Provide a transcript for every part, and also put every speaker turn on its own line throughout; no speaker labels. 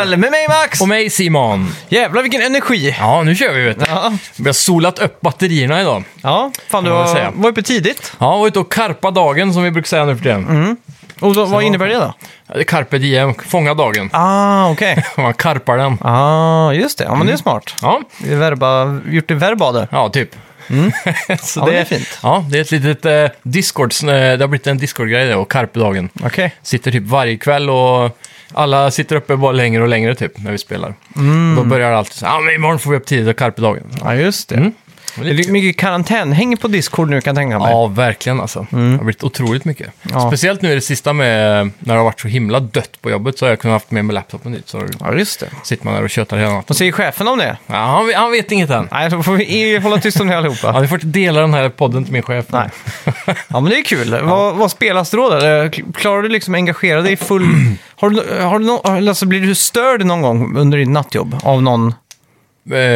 öl med mig Max!
På mig Simon.
Jävlar vilken energi!
Ja, nu kör vi vet du.
Ja,
Vi har solat upp batterierna idag.
ja fan du
Kan man
var,
väl säga.
var uppe tidigt.
Ja, och ute och karpa dagen som vi brukar säga nu för tiden.
Mm. Och då, vad innebär det då?
Ja, det är Carpe diem, fånga dagen.
Ah, okej.
Man karpar den.
Ah, just det. Ja, men det är
Mm.
smart.
Ja,
Det är verba, gjort det verba det.
ja typ. Så
Mm. Ja, men det är fint.
Ja, det är ett litet eh, Discord, eh, det har blivit en Discord-grej det, och karpe dagen.
Okej.
Sitter typ varje kväll och alla sitter uppe bara längre och längre typ när vi spelar.
Mm.
Då börjar allt så ja men imorgon får vi upp tidigt och karpe dagen.
Ja, just det.
Mm.
Det är mycket karantänhäng på Discord nu kan jag tänka mig.
Ja, verkligen alltså. Det har blivit otroligt mycket.
Mm. Ja.
Speciellt nu i det sista med när det har varit så himla dött på jobbet så har jag kunnat haft med mig laptopen dit. Så
Ja, just det.
sitter man där och tjötar hela natten.
Vad säger chefen om det?
Ja, han, vet- han vet inget än.
Nej, då får vi hålla tyst om det
Ja,
allihopa.
ni får inte dela den här podden till min chef.
Nej. Ja, men det är kul. Vad, vad spelas då? Där? Klarar du liksom engagera dig i full... Har du, har du nå- alltså, blir du störd någon gång under ditt nattjobb av någon?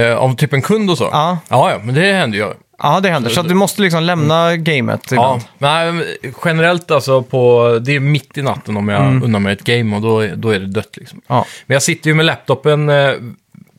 Eh, om typ en kund och så?
Ja.
ja, ja, men det händer ju.
Ja, det händer. Så att du måste liksom lämna gamet
Ja,
ibland.
nej, men generellt alltså, på, det är mitt i natten om jag
Mm.
unnar mig ett game och då, då är det dött. Liksom.
Ja.
Men jag sitter ju med laptopen eh,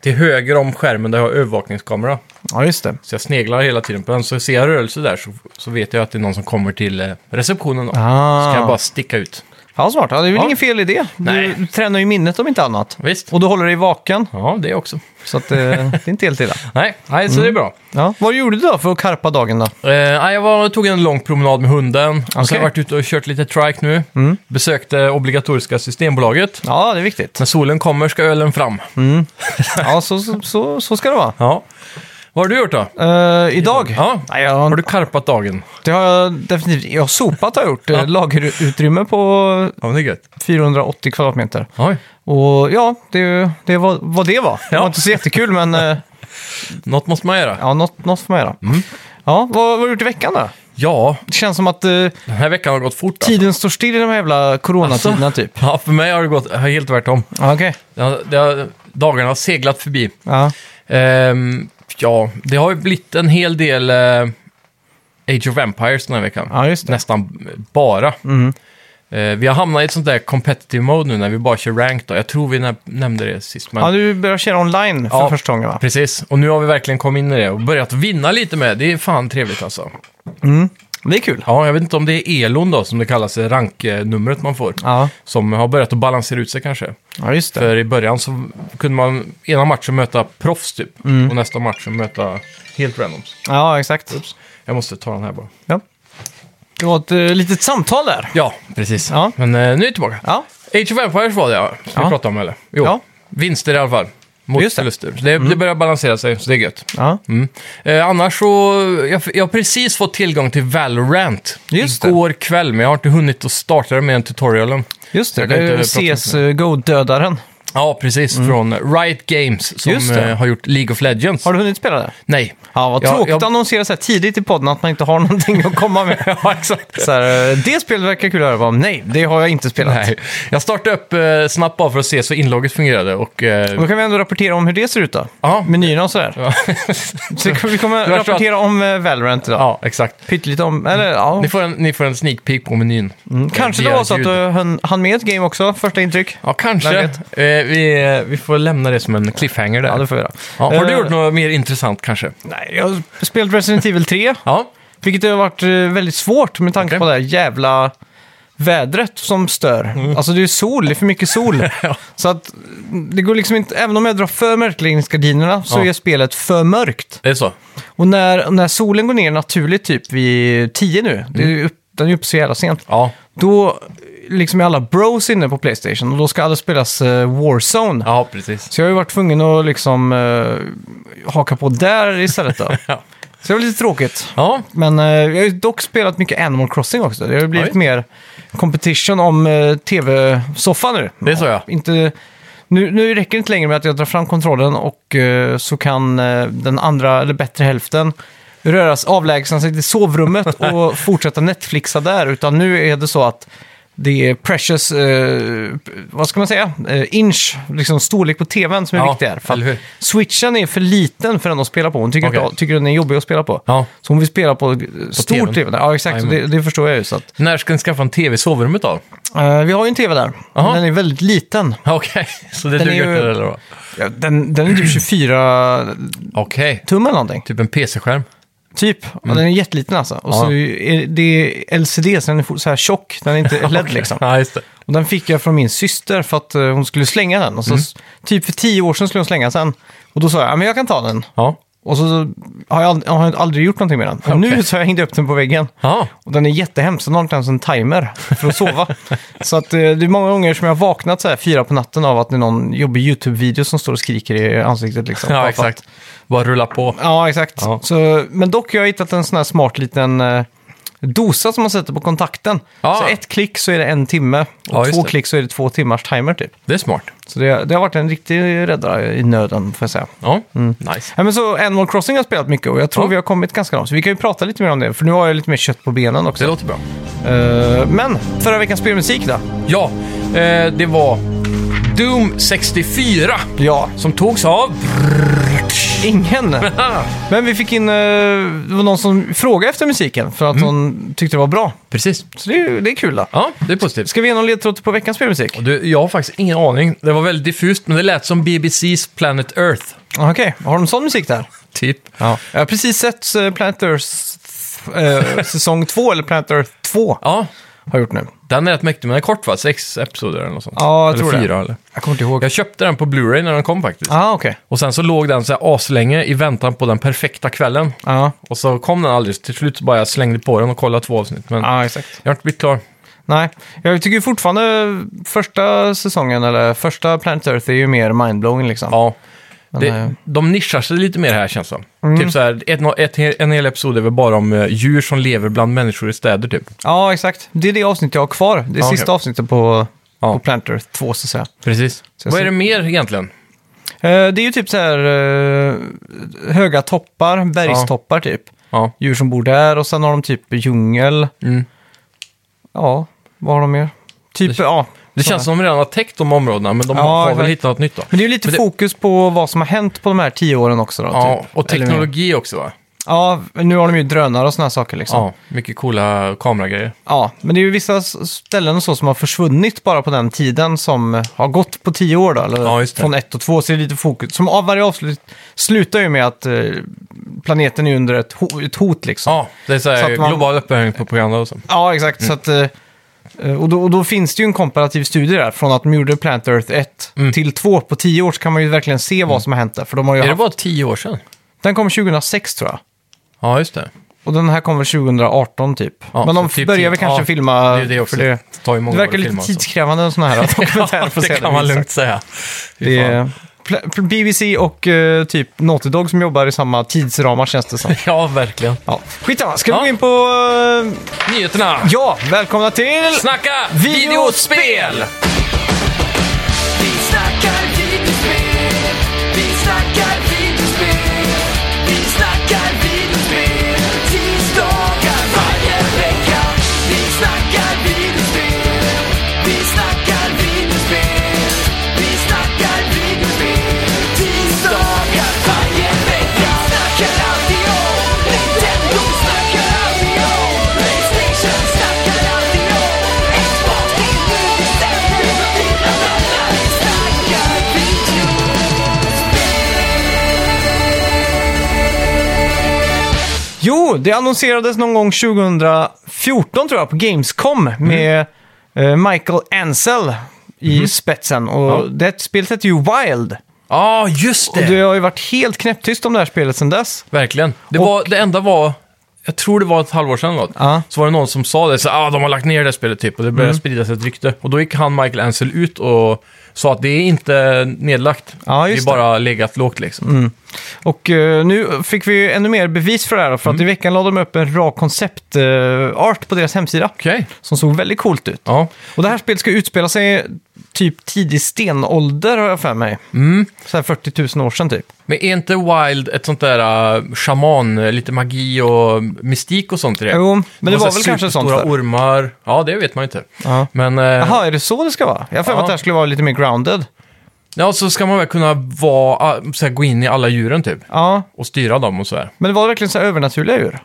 till höger om skärmen där jag har övervakningskamera.
ja, just det.
Så jag sneglar hela tiden på den. Så ser jag rörelse där så, så vet jag att det är någon som kommer till eh, receptionen. Då.
Ah.
Så kan jag bara sticka ut.
Fan smart. Ja, det är väl
Ja.
ingen fel idé. Du
Nej.
tränar ju minnet om inte annat.
Visst?
Och du håller dig vaken.
Ja, det också.
Så att, eh, det är inte helt illa.
Nej, nej så det är bra.
Ja. Vad gjorde du då för att karpa dagen då?
Eh, nej, jag var, tog en lång promenad med hunden. Och
Okej.
Sen har jag varit ute och kört lite trike nu. Besökte obligatoriska Systembolaget.
Ja, det är viktigt.
När solen kommer ska ölen fram.
Ja, så, så, så, så ska det vara.
Ja. Vad har du gjort då?
Eh, idag?
Ja.
Nej, jag, har
Har du karpat dagen?
det har jag definitivt. Jag har sopat har jag gjort. Ja. Lagerutrymme på
Ja, men det är gött.
480 kvadratmeter.
Oj.
Och ja, det, det var vad det var. Det
Ja.
var inte så jättekul, men eh,
Något måste man göra.
ja, något, något får man göra. Ja, vad, vad har du gjort i veckan då?
Ja,
Det känns som att eh,
den här veckan har gått fort. alltså.
tiden står still i de här jävla coronatiderna typ.
Ja, för mig har det gått helt tvärtom.
Ja, okej.
Det har, det har, dagarna har seglat förbi.
Ja.
Ehm, ja, det har ju blivit en hel del eh, Age of Empires den här veckan.
ja, just det.
Nästan bara.
Mm.
Eh, vi har hamnat i ett sånt där competitive mode nu när vi bara kör rank då. Jag tror vi nä- nämnde det sist. Men...
Ja, du börjar köra online för
Ja.
första gången va?
Precis, och nu har vi verkligen kommit in i det och börjat vinna lite med. Det är fan trevligt alltså.
Det är kul.
Ja, jag vet inte om det är Elon då, som det kallas, eh, ranknumret man får.
Ja,
Som har börjat att balansera ut sig kanske.
ja just det.
För i början så kunde man ena matchen möta proffs typ.
Mm.
Och nästa match så möta helt randoms.
Ja, exakt.
Jag måste ta den här bara.
Ja. Det var ett eh, litet samtal där.
Ja, precis.
Ja.
Men eh, nu är vi tillbaka.
Ja,
Age of Empires var det ja, som
Ja.
vi pratade om eller? Jo.
Ja.
Vinster i alla fall. Mot
Just det. Mm.
förluster. Så det, det börjar balansera sig, så det är gött.
ja.
Mm. Eh, annars så, jag, jag har precis fått tillgång till Valorant.
Just det.
igår kväll, men jag har inte hunnit att starta det med en tutorialen.
just det.
Jag kan
det är
inte prata om det.
CSGO-dödaren.
Ja, precis. Från Riot Games som
Mm. Just det.
eh, har gjort League of Legends.
Har du hunnit spela det?
Nej.
Ja, vad
Ja,
tråkigt
jag-
att annonsera så här tidigt i podden att man inte har någonting att komma med.
ja, exakt.
Så här, eh, det spelet verkar kul att höra om. Nej, det har jag inte spelat.
Nej. Jag startade upp eh, snabbt bara för att se så inlogget fungerade. Och, eh,
Då kan vi ändå rapportera om hur det ser ut då.
ja.
Menyerna och sådär.
Ja.
Så kan- vi kommer
Det var så att-
rapportera om eh, Valorant idag.
ja, exakt.
Pyttelite om, eller ja.
Ni får, en, ni får en sneak peek på menyn.
Mm. Kanske det
Via
var så att eh,
ljud.
du hann, hann med ett game också, första intryck.
Ja, kanske.
Vem vet?
Eh, vi, vi får lämna det som en cliffhanger där.
Ja, det får vi göra.
Ja, har du
Eh,
gjort något mer intressant kanske?
Nej, jag har spelat Resident Evil 3,
Ja,
vilket har varit eh, väldigt svårt med tanke
Okej.
på det här jävla vädret som stör. Alltså det är sol, det är för mycket sol.
Mm. Ja.
Så att det går liksom inte, även om jag drar för mörkläggningsgardinerna så
Ja.
är spelet för mörkt.
det är så.
Och när, när solen går ner naturligt, typ vid 10 nu, det är ju upp, den är uppe så jävla sent,
Ja,
då liksom är alla bros inne på Playstation och då ska alla spelas eh, Warzone.
ja precis.
Så jag har ju varit tvungen att liksom eh, haka på där istället då.
Ja.
Så det var lite tråkigt.
Ja,
Men eh, jag har ju dock spelat mycket Animal Crossing också. Det har ju blivit
Oj.
mer competition om eh, tv-soffan nu.
det är så ja.
Inte, nu, nu räcker det inte längre med att jag drar fram kontrollen och eh, så kan eh, den andra, eller bättre hälften, röras, avlägsna sig till sovrummet och fortsätta Netflixa där. Utan nu är det så att det är precious, eh, vad ska man säga, eh, inch, liksom storlek på tvn som är
Ja,
viktig här. För
eller
att
hur?
switchen är för liten för den att spela på. Hon tycker,
Okej.
att, tycker den är jobbig att spela på.
Ja.
Så hon vill spela på, eh, stor
TV:n.
tv. Ja, exakt.
Jajamän.
Det, det förstår jag ju. Så att,
När ska ni skaffa en tv i sovrummet då?
eh, vi har ju en tv där.
Jaha.
Den är väldigt liten.
Ja, Okej, så det
Den är
duger
ju-
inte eller då?
Ja, Den, den är typ 24
Okej,
tum eller någonting.
typ en PC-skärm.
Typ. Ja, den är jätteliten alltså. Och så
Mm. Ja.
är det är LCD, så den är fort- så här tjock. Den är inte LED liksom.
Ja, just det.
Och den fick jag från min syster för att eh, hon skulle slänga den. Och
Mm.
så, s- Typ för tio år sedan skulle hon slänga den. Och då sa jag, ja men jag kan ta den.
Ja.
Och så har jag ald- har jag aldrig gjort någonting med den. Och nu
Okej.
så har jag hängt upp den på väggen.
Ja,
Och den är jättehemsk, den har inte ens en timer för att sova. så att, eh, det är många gånger som jag har vaknat så här fyra på natten av att det är någon jobbig YouTube-video som står och skriker i ansiktet. Liksom, Bara
ja
för att-
exakt. Bara rulla på.
Ja, exakt.
Ja.
Så, men dock har jag hittat en sån här smart liten eh, dosa som man sätter på kontakten.
Ja.
Så ett klick så är det en timme
Ja,
och
just
två
det.
klick så är det två timmars timer typ.
Det är smart.
Så det, det har varit en riktig räddare i nöden får jag säga.
Ja,
Mm.
nice.
Ja, men så Animal Crossing har spelat mycket och jag tror
Ja.
vi har kommit ganska långt. Så vi kan ju prata lite mer om det, för nu har jag lite mer kött på benen också.
Det låter bra.
Eh, men förra veckans spelmusik då?
Ja, eh, det var Doom 64
Ja,
som togs av...
ingen.
Ah,
men vi fick in, eh, det var någon som frågade efter musiken för att hon tyckte det var bra.
precis.
Så det, är ju- det är kul då.
Ja, det är positivt.
Ska vi ge någon ledtråd på veckans spelmusik?
Och Du, jag har faktiskt ingen aning. Det var väldigt diffust, men det lät som BBC's Planet Earth.
Okej, har de sån musik där?
Typ.
Ja. Jag har precis sett eh, Planet Earth eh, säsong 2, eller Planet Earth 2,
Ja,
har jag gjort nu.
den är rätt mäktig, men den är kort va? Sex episoder eller något sånt.
Ja, jag
eller
tror det.
fyra, Eller.
Jag kommer inte ihåg.
Jag köpte den på Blu-ray när den kom faktiskt.
Ah, okej.
Och sen så låg den så här aslänge i väntan på den perfekta kvällen.
Ja,
Och så kom den aldrig, så till slut så bara jag slängde på den och kollade två avsnitt. Men
ja, exakt.
jag har inte blivit klar.
Nej, jag tycker fortfarande första säsongen, eller första Planet Earth, är ju mer mindblowing liksom.
Ja.
eh,
Det, de nischar sig lite mer här känns det som.
Mm.
Typ så här, ett, ett, ett, en hel episod är väl bara om eh, djur som lever bland människor i städer typ.
Ja, exakt. Det är det avsnitt jag har kvar. Det är
Ja,
sista
okej.
avsnittet på,
Ja.
på Planet Earth 2, så att säga.
Precis.
Så jag
Vad
ser-
är det mer egentligen?
Eh, det är ju typ så här eh, höga toppar, bergstoppar typ.
Ja.
Djur som bor där och sen har de typ djungel.
Mm.
Ja, vad har de mer? Typ,
Det-
ja.
Det
sådär.
känns som de redan har täckt de områdena, men de
Ja,
har väl
exakt.
hittat något nytt då.
Men det är ju lite
Men det-
fokus på vad som har hänt på de här tio åren också då.
Ja,
typ.
och
Eller mer.
teknologi också va?
Ja, nu har de ju drönare och sådana saker liksom. Ja.
Ja, mycket coola kameragrejer.
men det är ju vissa s- ställen och så som har försvunnit bara på den tiden som eh, har gått på tio år då. Eller
Ja, just det.
från ett och två, så det är lite fokus. Som av varje avslut slutar ju med att eh, planeten är under ett, ho- ett hot liksom.
Ja, det är så
Så
här
att man-
global uppvärmning på programmet och så.
Ja, exakt.
Mm.
Så att, eh, och, då, och då finns det ju en komparativ studie där. Från att de gjorde Planet Earth 1 till 2 på 10 år så kan man ju verkligen se vad som har hänt där. För de har ju
Mm. Är det
haft,
bara tio år sedan?
Den kom 2006 tror jag.
Ja, just det.
Och den här kommer 2018 typ.
Ja,
Men de
så typ
börjar väl
tio-
kanske
ja,
filma...
Det är ju det också.
För det,
tar ju
det
många år
verkar
att
lite
filma, alltså.
tidskrävande en sån här dokumentär.
Ja,
får
det
säga
kan man
minst
lugnt
sagt.
säga. Fy
Det
fan.
är liksom. Pla- BBC och eh, typ Naughty Dog som jobbar i samma tidsramar känns det som.
Ja, verkligen.
Ja. Skitsamma, ska vi
Ja.
gå in på... eh,
Nyheterna!
ja, välkomna till...
Snacka
videospel!
videospel!
Vi snackar videospel, vi snackar videospel, vi snackar videospel, tisdagar varje vecka. Vi snackar videospel, vi snackar videospel, vi snackar videospel, tisdagar varje vecka. Snackar alltid om Nintendo, snackar alltid om Playstation, snackar alltid om Xbox, Nintendo, Nintendo, Nintendo, snackar video.
Jo, det annonserades någon gång 2014 tror jag på Gamescom med eh,
Mm.
Michael Ansel i spetsen. Och det spelet heter ju Wild.
Ja, just
Och
det!
det har ju varit helt knäpptyst om det här spelet sedan dess.
Verkligen. Det,
Och-
var, det enda var, jag tror det var ett halvår sedan något,
Ja. Mm.
så var det någon som sa det, så ah, de har lagt ner det här spelet typ, och det började spridas ett rykte. Och då gick han, Michael Ansel, ut och sa att det är inte nedlagt.
Ja, just Mm.
det är bara legat lågt liksom.
Och eh, nu fick vi ju ännu mer bevis för det här. För att i veckan lade de upp en rak konceptart på deras hemsida.
Okej.
Som såg väldigt coolt ut.
Ja.
Och det här spelet ska utspela sig typ tidig stenålder har jag för mig. Så här 40 000 år sedan typ.
Men är inte Wild ett sånt där uh, shaman, eh, lite magi och mystik och sånt i det?
Jo, men det
Och
var
så
väl
här
kanske sånt
Stora
förr.
ormar. Ja, det vet man ju inte.
Ja.
Men eh,
Jaha, är det så det ska vara? Jag har för mig
Ja.
att det här skulle vara lite mer grounded.
ja, så ska man väl kunna vara, ah, så här, gå in i alla djuren typ.
Ja,
Och styra dem och sådär.
men det var verkligen så här övernaturliga djur.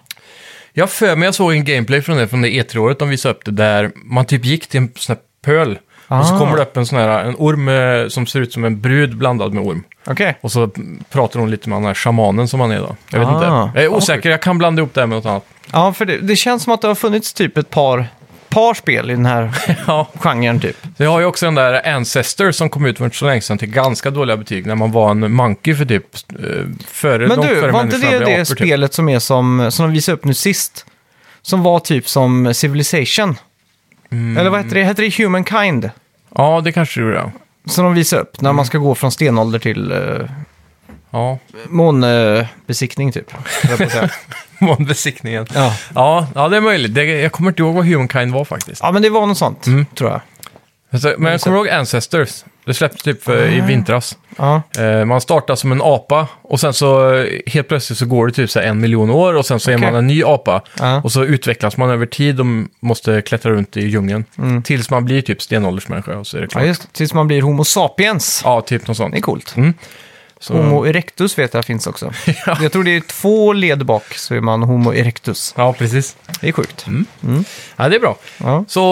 Jag har för mig jag såg en gameplay från det, från det E3-året de visade upp det, där man typ gick till en sån här pöl. Och så
Ah.
kommer det upp en sån här, en orm eh, som ser ut som en brud blandad med orm.
Okej.
Och så pratar hon lite med den här shamanen som han är då. Jag vet
Ah.
inte. Jag är osäker, jag kan blanda ihop det här med något annat.
Ja, för det, det känns som att det har funnits typ ett par, par spel i den här
Ja.
genren typ.
Så jag har ju också den där Ancestor som kom ut för inte så länge sedan till ganska dåliga betyg när man var en monkey för typ eh, före,
Men
långt
du,
före
var inte det
människan blev
det
apor, typ.
spelet som är som, som de visade upp nu sist? Som var typ som Civilization?
Mm.
Eller vad heter det? Heter det Humankind?
Ja, det kanske det gjorde. ja.
Som de visade upp när
Mm.
man ska gå från stenålder till uh,
Ja,
månbesiktning typ. höll jag på att säga.
månbesiktningen.
ja.
Ja, ja, det är möjligt. Det, jag kommer inte ihåg vad Humankind var faktiskt.
ja, men det var något sånt
Mm.
tror jag.
Alltså, Men jag kommer ihåg Ancestors. Det släpptes typ eh,
Ah.
i vintras.
Ja.
Eh, Man startar som en apa och sen så eh, helt plötsligt så går det typ så här en miljon år och sen så är
Okej. Ah.
man en ny apa.
Ja.
Och så utvecklas man över tid och m- måste klättra runt i djungeln. Tills man blir typ stenåldersmänniska och så är det
Mm. ja,
klart.
just Tills man blir Homo sapiens.
Ja, typ något sånt.
Det är coolt.
Så,
Homo erectus vet jag finns också.
Ja.
Jag tror det är två led bak så är man Homo erectus.
Ja, precis.
Det är sjukt.
Mm. Ja, det är bra.
Ja.
Så,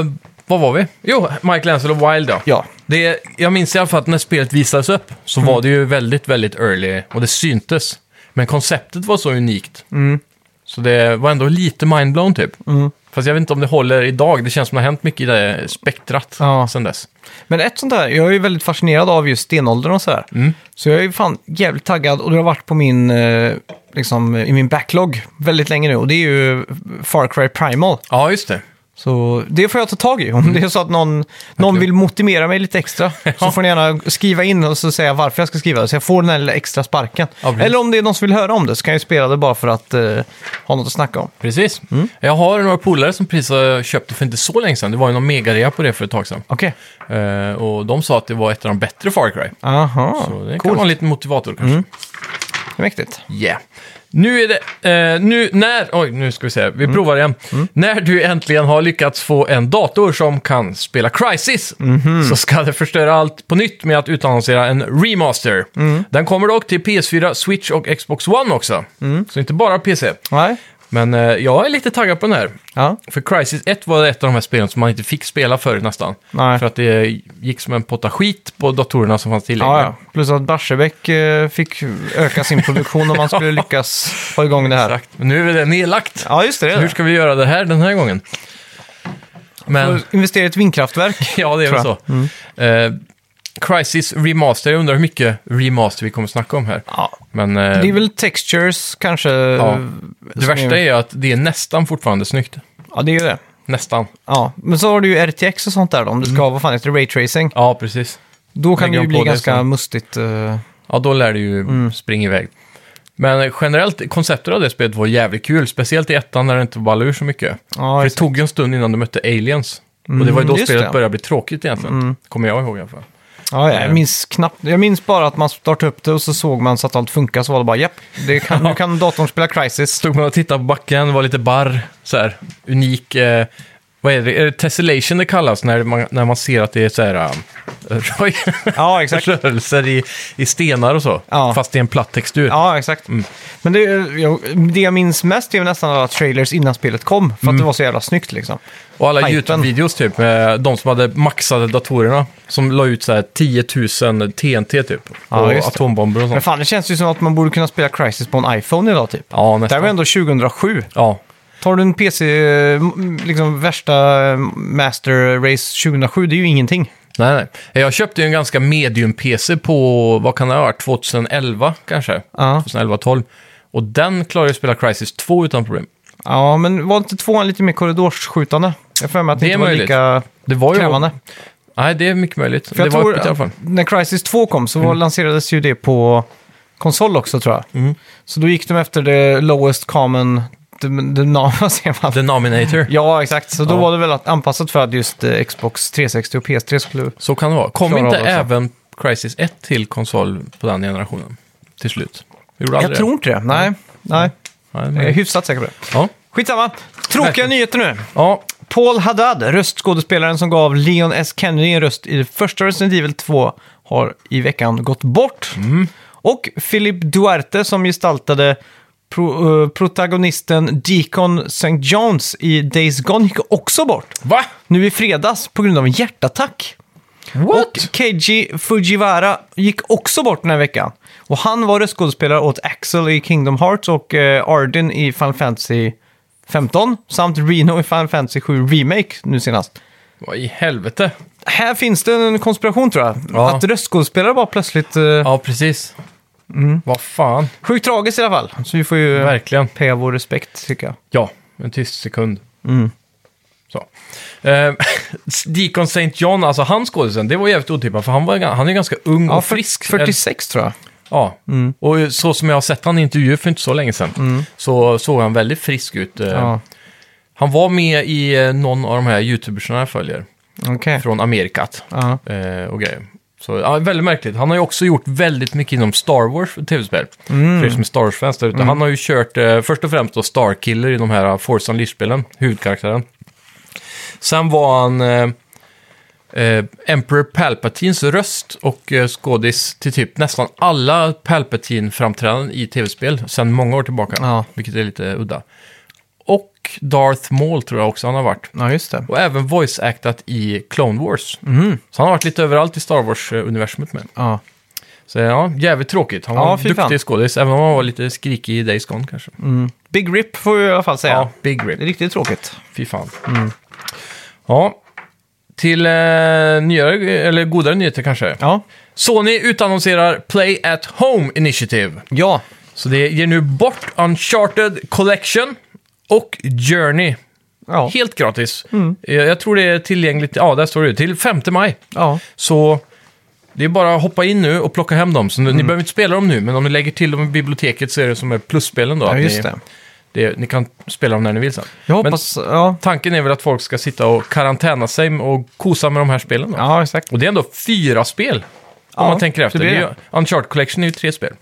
eh, vad var vi? Jo, Mike Lancel och Wild ja.
ja.
Det, jag minns i alla fall att när spelet visades upp så var det ju väldigt, väldigt early och det syntes. Men konceptet var så unikt. Så det var ändå lite mindblown typ. Fast jag vet inte om det håller idag. Det känns som det har hänt mycket i det spektrat
Ja.
sedan dess.
Men ett sånt här, jag är ju väldigt fascinerad av just stenåldern och sådär.
Mm.
Så jag är ju fan jävligt taggad och det har varit på min, eh, liksom, i min backlog väldigt länge nu. Och det är ju Far Cry Primal.
Ja, just det.
Så det får jag ta tag i.
Mm.
Om det är så att någon, någon vill motivera mig lite extra så får ni gärna skriva in och så säga varför jag ska skriva det. Så jag får den här lilla extra sparken.
Ja, precis.
Eller om det är någon som vill höra om det så kan jag ju spela det bara för att eh, ha något att snacka om.
Precis. Jag har några polare som precis har köpt det för inte så länge sedan. Det var ju någon megarea på det för ett tag sedan.
Okej.
Eh, och de sa att det var ett av de bättre Far Cry.
Aha,
Så det kan
coolt.
vara en liten motivator kanske.
Det är mäktigt.
Yeah. Nu är det... Eh, nu, när... Oj, nu ska vi se. Vi
Mm.
provar igen. När du äntligen har lyckats få en dator som kan spela Crisis
Mhm.
så ska det förstöra allt på nytt med att utannonsera en remaster.
Mm.
Den kommer dock till PS4, Switch och Xbox One också.
Mm.
Så inte bara PC.
Nej.
Men eh, jag är lite taggad på den här.
Ja.
För Crisis 1 var ett av de här spelen som man inte fick spela förr nästan.
Nej.
För att det gick som en potta skit på datorerna som fanns tillgängliga.
Ja, ja. Plus att Barsebäck eh, fick öka sin produktion om man skulle lyckas få igång det här.
Exakt. Men nu är det nedlagt.
Ja, just det. det, är
Hur
det.
ska vi göra det här den här gången? Men,
Och Investera i ett vindkraftverk.
ja det är väl så.
tror Mm.
Eh, Crisis Remaster, jag undrar hur mycket remaster vi kommer snacka om här.
Ja.
Men eh,
Det är väl textures kanske. eh,
ja,
Ja,
det värsta är att det är nästan fortfarande snyggt.
ja det är ju det.
Nästan.
Ja. Men så har du ju RTX och sånt där då, om du ska ha, vad fan heter det, raytracing.
Ja, precis.
Då kan
Mm.
det ju
Lägger de
bli
på det
ganska
sen.
mustigt. eh.
Ja, då lär det ju
Mm.
springa iväg. Men eh, generellt, konceptet av det spelet var jävligt kul. Speciellt i ettan när det inte ballade ur så mycket.
Ja,
För det
exakt. Mm,
tog ju en stund innan du mötte aliens. och det var ju då
just
spelet
det. Mm.
började bli tråkigt egentligen. Kommer jag ihåg i alla fall.
ja, jag minns knappt. Jag minns bara att man startade upp det och så såg man så att allt funkar så var det bara japp, det kan, nu kan datorn spela Crisis.
Stod man och tittade på backen, det var lite barr, så här, unik. Eh, vad är det? Är det tessellation det kallas när man, när man ser att det är så här... eh,
Ja, exakt.
rörelser i, i stenar och så,
Ja.
fast det är en platt textur.
Ja, exakt. Mm. Men det, jag, det jag minns mest är väl nästan alla trailers innan spelet kom, för att det var så jävla snyggt liksom.
och alla
hypen.
YouTube-videos typ, med de som hade maxade datorerna, som la ut så här 10 000 TNT typ,
Ja,
och
just det.
atombomber och
Men
sånt.
fan, det känns ju som att man borde kunna spela Crisis på en iPhone idag typ.
Ja,
det här
nästan.
var ändå 2007.
Ja,
Tar du en PC, eh, m- liksom värsta eh, Master Race 2007, det är ju ingenting.
nej, nej. Jag köpte ju en ganska medium-PC på, vad kan det ha varit, 2011 kanske?
Ja.
2011-12. Och den klarade att spela Crisis 2 utan problem.
Ja, men var inte tvåan lite mer korridorsskjutande? Jag har för mig att det,
Det är
inte var
möjligt.
lika
Det var ju...
krävande.
Nej, det är mycket möjligt.
För
det
jag
var
tror
öppet i alla fall.
att
Mm.
när Crisis 2 kom så var- lanserades ju det på konsol också tror jag. Så då gick de efter det lowest common The Nama ser man.
The Nominator.
Ja, exakt. Så då
Ja.
var det väl att- anpassat för att just eh, Xbox 360 och PS3 skulle...
Så kan det vara. Kom
Klarar
inte
av det också.
även Crisis 1 till konsol på den generationen? Till slut. Gjorde
Jag
aldrig
tror Eh, inte det. Nej,
Mm.
nej.
det. Nej,
Jag är
men...
hyfsat säker på det.
ja.
Skitsamma. Tråkiga
Verkligen.
nyheter nu.
ja,
Paul Haddad, röstskådespelaren som gav Leon S. Kennedy en röst i det första Resident Evil 2, har i veckan gått bort. Och Philip Duarte som gestaltade pro, eh, protagonisten Deacon St. Jones i Days Gone gick också bort.
va?
Nu i fredags på grund av en hjärtattack.
What?
Och Keiji Fujiwara gick också bort den här veckan. Och han var röstskådespelare åt Axel i Kingdom Hearts och eh, Arden i Final Fantasy 15 samt Reno i Final Fantasy 7 Remake nu senast.
Vad i helvete?
Här finns det en konspiration tror jag.
Ja.
Att röstskådespelare var plötsligt eh,
Ja, precis.
Mm.
Vad fan,
sjukt tragiskt i alla fall. Så vi får ju eh,
verkligen.
pä vår respekt tycker jag.
Ja, en tyst sekund.
Mm.
Så. Eh, Deacon St. John, alltså han skådisen, det var jävligt otippat för han, var, han är ganska ung
Ja, Mm.
och frisk.
46 tror jag.
Ja, och så som jag har sett han i intervjuer för inte så länge sedan så såg han väldigt frisk ut. Eh,
Mm. Ja.
Han var med i eh, någon av de här youtubersarna jag följer
Okej.
från Amerikat
Ja.
eh, och grejer. Så ja, väldigt märkligt. Han har ju också gjort väldigt mycket inom Star Wars och tv-spel.
Mm.
För er som är Star Wars-fans där ute. Han har ju kört eh, först och främst då Starkiller i de här eh, Force Unleashed-spelen, huvudkaraktären. Sen var han eh, eh, Emperor Palpatines röst och eh, skådis till typ nästan alla Palpatine-framträdanden i tv-spel sedan många år tillbaka,
Ja.
vilket är lite udda. Och Darth Maul tror jag också han har varit.
ja, just det.
Och även voice-actat i Clone Wars.
Mhm.
Så han har varit lite överallt i Star Wars-universumet med.
Ja.
Så ja, jävligt tråkigt. Han
Ja,
var en
fy fan. Mm.
duktig skådis, även om han var lite skrikig i Days Gone kanske.
Big RIP får vi i alla fall säga.
Ja, Big
Det är
Rip.
riktigt tråkigt.
Fy fan. Ja, till eh, nyare, eller godare nyheter kanske.
Ja.
Sony utannonserar Play at Home Initiative.
Ja.
Så det ger nu bort Uncharted Collection och Journey.
Ja. Mm.
Helt gratis. Eh, Jag tror det är tillgängligt, ja där står det, till 5 maj.
ja.
Så det är bara att hoppa in nu och plocka hem dem. Så nu,
Mm.
Ni behöver inte spela dem nu, men om ni lägger till dem i biblioteket så är det som är plusspelen då.
Ja,
att
just
ni,
det.
det. Ni kan spela dem när ni vill sen.
Jag
Men
hoppas... Ja.
tanken är väl att folk ska sitta och karantäna sig och kosa med de här spelen då.
ja, exakt.
Och det är ändå fyra spel.
Ja,
om man tänker
det
efter. Det
blir
är
det. Mm.
ju, Uncharted Collection är ju tre spel.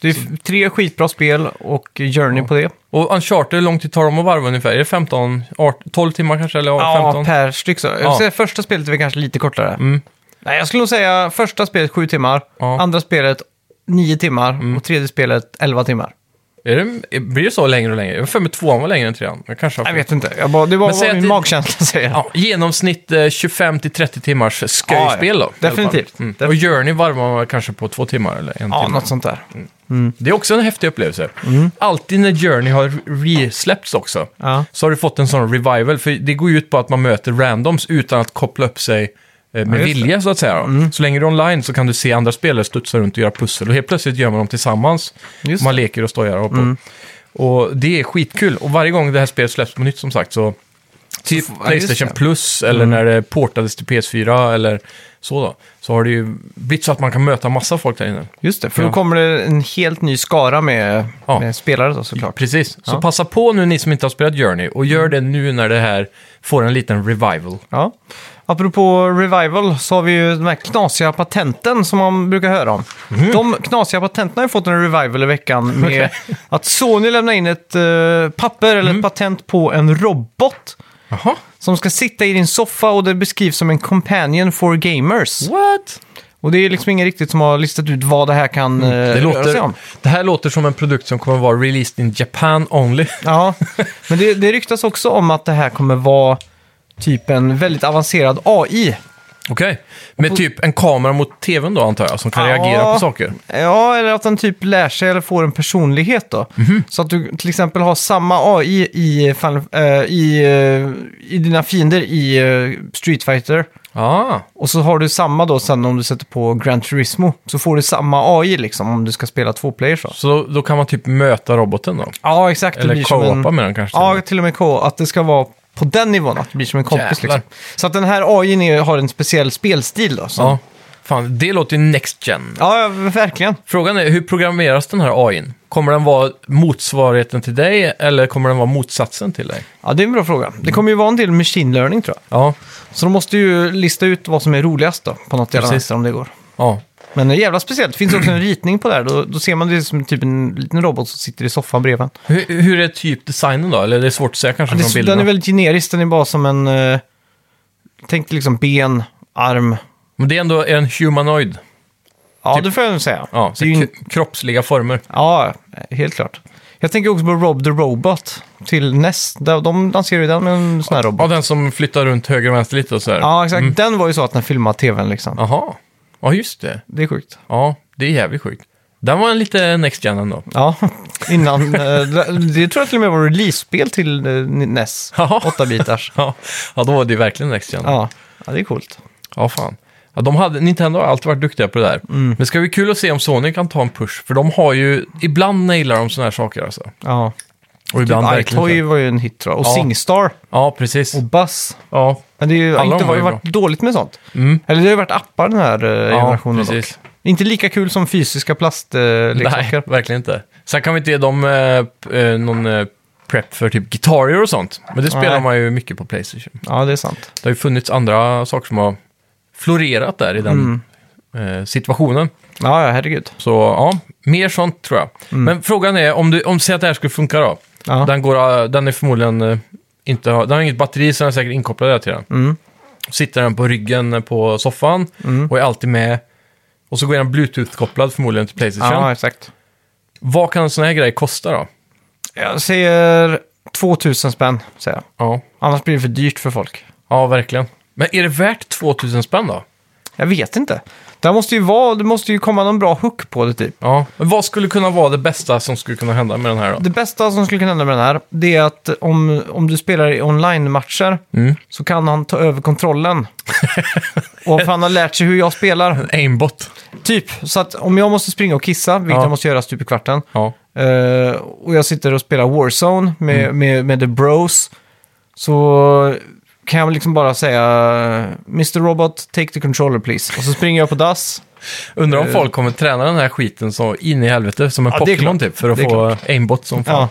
Det är f- tre skitbra spel och Journey på det.
Och Uncharted, hur lång tid tar de att varva ungefär? Är det 15, 18, 12 timmar kanske? Eller
Ja,
15?
per styck så. Jag
Ja. Mm.
skulle säga första spelet är väl kanske lite kortare. Nej, jag skulle nog säga första spelet sju timmar,
Ja. Mm.
andra spelet nio timmar och tredje spelet elva timmar.
Är det, blir det så längre och längre? Jag har för mig tvåan var längre än trean. Jag kanske har
Jag
fel.
vet inte, jag bara, det var
Men säg
vad
att
min
det-
magkänsla säger.
Ja, genomsnitt eh, 25-30 timmars sköjspel då.
Ja, ja. Definitivt.
Mm. Och Journey varvar man kanske på två timmar eller en
Ja,
timme.
något sånt där.
Mm. Det är också en häftig upplevelse. Alltid när Journey har resläppts också,
Ja.
så har du fått en sån revival. För det går ju ut på att man möter randoms utan att koppla upp sig eh, med
Ja, just Mm.
vilja så att säga. då. Så länge du är online så kan du se andra spelare studsa runt och göra pussel. Och helt plötsligt gör man dem tillsammans.
Just Mm.
man leker och stojar och på. Och det är skitkul. Och varje gång det här spelet släpps på nytt som sagt så... Typ
ja, just
Playstation
det. Mm.
Plus eller när det portades till PS4 eller så då. Så har det ju blivit så att man kan möta massa folk där inne.
Just det, för då
Ja.
kommer det en helt ny skara med,
Ja.
med spelare då såklart.
Precis, så
Ja. Mm.
passa på nu ni som inte har spelat Journey och gör det nu när det här får en liten revival.
Ja. Apropå Revival så har vi ju de här knasiga patenten som man brukar höra om.
Mhm.
De knasiga patenten har ju fått en revival i veckan med att Sony lämnar in ett eh, papper eller
Mhm.
ett patent på en robot
Jaha,
som ska sitta i din soffa och det beskrivs som en companion for gamers.
what?
Och det är liksom ingen riktigt som har listat ut vad det här kan eh,
Mm. Det,
röra sig
låter,
om.
det här låter som en produkt som kommer vara released in Japan only.
Ja, men det, det ryktas också om att det här kommer vara typ en väldigt avancerad AI.
Okej, med typ en kamera mot tvn då antar jag som kan
Ja.
reagera på saker.
Ja, eller att den typ lär sig eller får en personlighet då.
Mhm.
Så att du till exempel har samma AI i, Final- eh, i, eh, i dina fiender i eh, Street Fighter.
Ah,
Och så har du samma då sen om du sätter på Gran Turismo. Så får du samma AI liksom om du ska spela två players då.
så då, då kan man typ möta roboten då?
Ja, exakt. det
Eller
blir som
co-opa
en-
med den kanske?
Ja, till och med co Att det ska vara på den nivån, att det blir som en kompis
Jävlar.
liksom. Så att den här AI har en speciell spelstil då. Som,
Ja. Fan, det låter ju next gen.
Ja, ja, verkligen.
Frågan är, hur programmeras den här AIn? Kommer den vara motsvarigheten till dig eller kommer den vara motsatsen till dig?
Ja, det är en bra fråga. Det kommer ju vara en del machine learning tror jag.
Ja,
Så de måste ju lista ut vad som är roligast då, på något jävla
Precis.
vänster om det går.
ja.
Men det är jävla speciellt. Det finns också en ritning på det här. Då, då ser man det som typ en liten robot som sitter i soffan bredvid.
Hur, hur är typ designen då? Eller är det är svårt att säga kanske från
Det,
bilderna.
den är väldigt generisk. Den är bara som en... Eh, tänk dig liksom ben, arm.
Men det är ändå en humanoid.
Ja,
Typ-
det får jag nog säga.
Ja, typ- så
det är ju en,
k- kroppsliga former.
ja, helt klart. Jag tänker också på Rob the Robot till NES. Där- De lanserade ju den med en sån här
Ja,
robot.
den som flyttar runt höger och vänster lite och sådär.
Ja, exakt. Den var ju så att den filmade tvn liksom.
Jaha. Mm. Ja, just det.
Det är sjukt.
Ja, det är jävligt sjukt. Den var en lite next gen ändå.
Ja, innan... eh, det tror jag till och med var release-spel till eh, NES.
Jaha.
8-bitars.
Ja, ja då var det verkligen next gen. Ja,
Ja. ja, det är coolt.
fan. Ja, de hade, Nintendo har alltid varit duktiga på det där.
Mm.
Men det ska bli kul att se om Sony kan ta en push, för de har ju... Ibland nailar de sådana här saker alltså.
Ja.
Och ibland
Typ
verkligen
iToy
inte.
var ju en hit tror jag. Och
Ja.
Singstar
Ja, precis.
och Buzz.
Ja,
Men det är ju,
Alla
inte
de var
har ju
ju Mm.
varit dåligt med sånt. Eller det har ju varit appar den här eh, generationen dock.
precis.
Inte lika kul som fysiska
Nej,
plastleksaker.
verkligen inte. Sen kan vi inte ge dem eh, p- eh, någon eh, prep för typ gitarrer och sånt. Men det spelar
Nej.
man ju mycket på Playstation.
Ja, det är sant.
Det har ju funnits andra saker som har florerat där i den eh, situationen.
Mm. Ja, ja, herregud.
Så ja, mer sånt tror jag. Men frågan är, om du om säg att det här skulle funka då.
Mm. Ja.
Den, går, eh, den är förmodligen eh, inte, har- den har inget batteri så den är säkert inkopplad där till den.
Mm.
Sitter den på ryggen eh, på soffan och är alltid med. Och så går den bluetooth-kopplad förmodligen till Playstation.
Ja, exakt.
Vad kan en sån här grej kosta då?
Jag säger 2000 spänn, säger jag.
Ja,
Annars blir det för dyrt för folk.
ja verkligen. Men är det värt 2000 spänn då?
Jag vet inte. Det måste ju vara, det måste ju komma någon bra hook på det typ.
Ja. Men vad skulle kunna vara det bästa som skulle kunna hända med den här då?
Det bästa som skulle kunna hända med den här, det är att om, om du spelar i online-matcher
Mm.
så kan han ta över kontrollen. och för han har lärt sig hur jag spelar.
Aimbot.
Typ, så att om jag måste springa och kissa, vilket
Ja.
jag måste göra typ i kvarten,
Ja.
eh, och jag sitter och spelar Warzone med,
Mm.
med, med The Bros, så kan jag liksom bara säga Mr. Robot, take the controller please. Och så springer jag på dass.
Undrar om folk kommer träna den här skiten så in i helvete som en
Ja, det är
Pokémon
klart.
typ för att
Det är
få aimbot som fan.
Ja.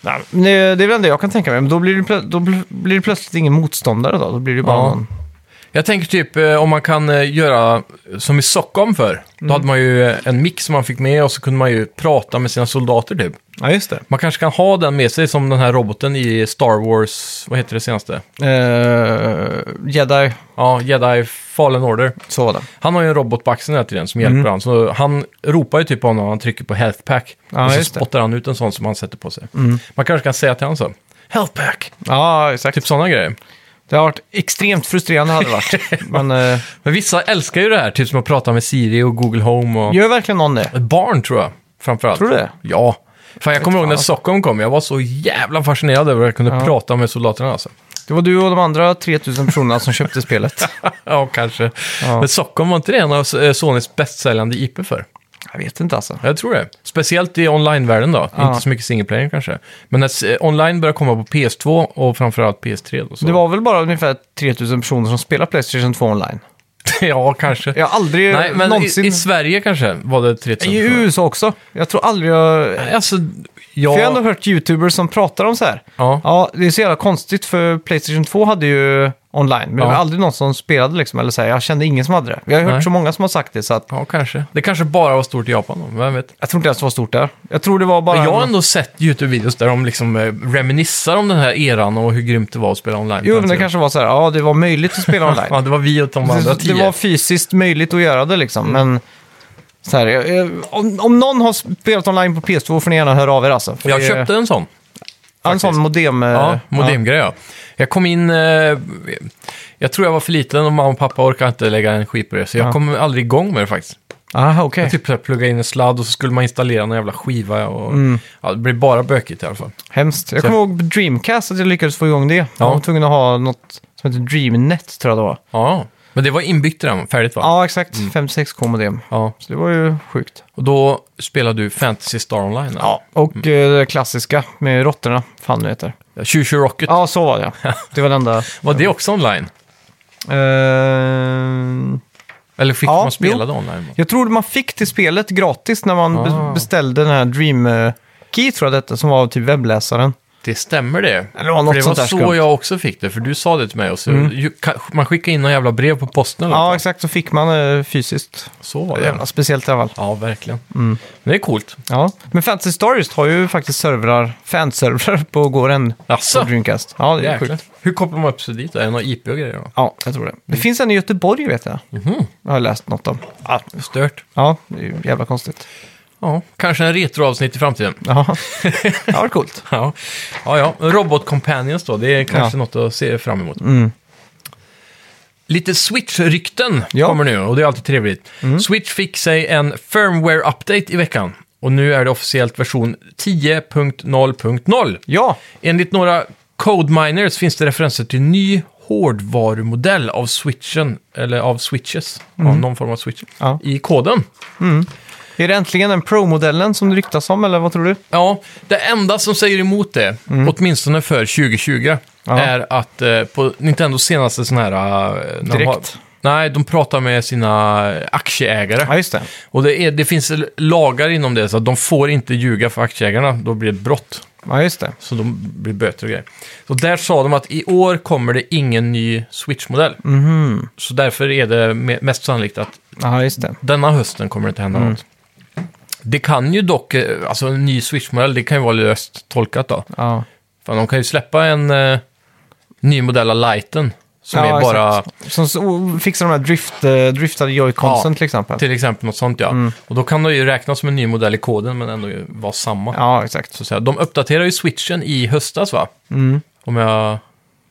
Nej, men det, det är väl ändå jag kan tänka mig, men då blir det, plö- då bl- blir det plötsligt ingen motståndare då. Då blir det bara
Ja.
någon...
Jag tänker typ eh, om man kan eh, göra som i Stockholm för. Då hade man ju eh, en mick som man fick med och så kunde man ju prata med sina soldater typ.
Ja, just det.
Man kanske kan ha den med sig som den här roboten i Star Wars, vad heter det senaste?
Eh, Jedi,
Ja, Jedi Fallen Order.
så var det.
Han har ju en robot på axeln hela tiden som
Mm.
hjälper han. Så han ropar ju typ på honom när han trycker på health pack.
Ja,
och så
just det. Mm.
spottar han ut en sån som han sätter på sig. Man kanske kan säga till honom så. Health pack!
Ja, exakt.
Typ sådana grejer.
Det har varit extremt frustrerande hade det varit. Men eh,
Men vissa älskar ju det här, typ som att prata med Siri och Google Home och...
gör verkligen någon det?
Barn tror jag, framförallt.
Tror du det?
Ja. Fan, jag kommer ihåg när Stockholm kom. Jag var så jävla fascinerad över att jag kunde prata med soldaterna alltså.
Det var du och de andra 3000 personerna som köpte spelet.
Ja, kanske.
Ja.
Men Stockholm var inte det en av eh, Sonys bästsäljande IP för?
Jag vet inte alltså.
Jag tror det. Speciellt i online-världen då.
Ja.
Inte så mycket single player kanske. Men när s- eh, online börjar komma på PS2 och framförallt PS3 då. Så.
Det var väl bara ungefär 3000 personer som spelar Playstation 2 online.
ja, kanske.
Jag har aldrig
Nej, men
någonsin...
i, i Sverige kanske var det 3000.
I USA också. Jag tror aldrig jag...
Alltså,
För jag har ändå
ja...
hört YouTubers som pratar om så här.
Ja.
Ja, det är så jävla konstigt för Playstation 2 hade ju online, men det var
Ja.
aldrig någon som spelade liksom, eller så här, jag kände ingen som hade det. Jag har hört
Nej.
så många som har sagt det, så att
ja, kanske. Det kanske bara var stort i Japan då, vem vet.
jag tror inte ens det var stort där. Jag tror det var bara...
Men jag har
en...
ändå sett YouTube-videos där de liksom eh, reminissar om den här eran och hur grymt det var att spela online.
Jo, men det kanske var så här, ja, det var möjligt att spela online.
Ja, det var vi och de andra
det,
tio. Mm.
det var fysiskt möjligt att göra det liksom, men... Så här, jag, jag, om, om någon har spelat online på PS2 får ni gärna höra av er alltså. För
Jag
det-
köpte en sån.
ja, en sån
faktiskt.
modem... eh,
Ja, modemgrej ja. Jag kom in... Eh, jag tror jag var för liten och mamma och pappa orkade inte lägga energi på det. Så jag kom aldrig igång med det faktiskt.
ja. Aha, okej.
Jag typ så här plugga in en sladd och så skulle man installera en jävla skiva. Och,
Mm.
ja, det blev bara bökigt i alla fall.
Hemskt. Jag
Så-
kommer ihåg på Dreamcast att jag lyckades få igång det. Jag var tvungen att ha något som heter DreamNet tror jag det var.
Ja, men det var inbyggt i den, färdigt va?
Ja, exakt.
Mm.
5-6K modem.
Ja.
Så det var ju sjukt.
Och då spelade du Fantasy Star Online? eller?
Och eh, det klassiska med råttorna, fan det heter.
Tju Tju Rocket,
Ja, så var det ja. Det var det enda.
var det också online?
Eh,
Eller fick
Ja,
man spela
jo.
det online?
Jag tror man fick till spelet gratis när man be-
Ah.
beställde den här Dream eh, Key, tror jag detta, som var typ webbläsaren.
Det stämmer det.
Eller var något
För det var
sånt där
så
skumt. Mm.
jag också fick det, för du sa det till mig. Och så, ju, ka- man skickade in några jävla brev på posten. eller
Ja,
något.
exakt. Så fick man eh, fysiskt.
Så var
Jävla
det.
speciellt i alla fall.
Ja, verkligen. Men det är coolt.
Ja. Men Fantasy Star just har ju faktiskt servrar, fanservrar på Goren
Jaså?
på Dreamcast. Ja, det är
Jäklar.
sjukt.
Hur kopplar man upp sig dit? Då? Är det någon IP och grejer? Då?
Ja, jag tror det. Det
Mm.
finns en i Göteborg, vet jag.
Mhm.
Jag har läst något om.
Ja, stört.
Ja, det är ju jävla konstigt.
Ja, kanske en retroavsnitt i framtiden.
Ja, det var coolt.
Ja, ja. ja. Robot Companions då, det är kanske
Ja.
något att se fram emot. Lite Switch-rykten
Ja.
kommer nu och det är alltid trevligt. Switch fick sig en firmware-update i veckan och nu är det officiellt version 10.0.0.
Ja,
Enligt några codeminers finns det referenser till ny hårdvarumodell av switchen, eller av switches, av någon form av switch,
Mm. Ja.
i koden.
är det äntligen den Pro-modellen som det ryktas om, eller vad tror du?
Ja, det enda som säger emot det, åtminstone för 2020,
Mm. Ja.
är att eh, på Nintendos senaste sån här... eh, när de
Direkt.
har- Nej, de pratar med sina aktieägare.
Ja, just det.
Och det, är, det finns lagar inom det, så att de får inte ljuga för aktieägarna. Då blir det ett brott.
Ja, just det.
Så de blir böter och grejer. Så där sa de att i år kommer det ingen ny Switch-modell.
Mm.
Så därför är det me- mest sannolikt att
Ja, just det.
denna hösten kommer det inte
Mm.
hända något. Det kan ju dock, eh, alltså en ny Switch-modell, det kan ju vara löst tolkat då.
Ja.
Fan, de kan ju släppa en eh, ny modell av Lighten. Som
ja,
är bara,
exakt. Som så, fixar de här drift, eh, driftade joy-consen
Ja, Typ.
till exempel.
till exempel något sånt ja.
Mm.
Och då kan de ju räknas som en ny modell i koden men ändå ju vara samma.
Ja, exakt. Mm.
Så att säga. De uppdaterar ju switchen i höstas va? Om jag...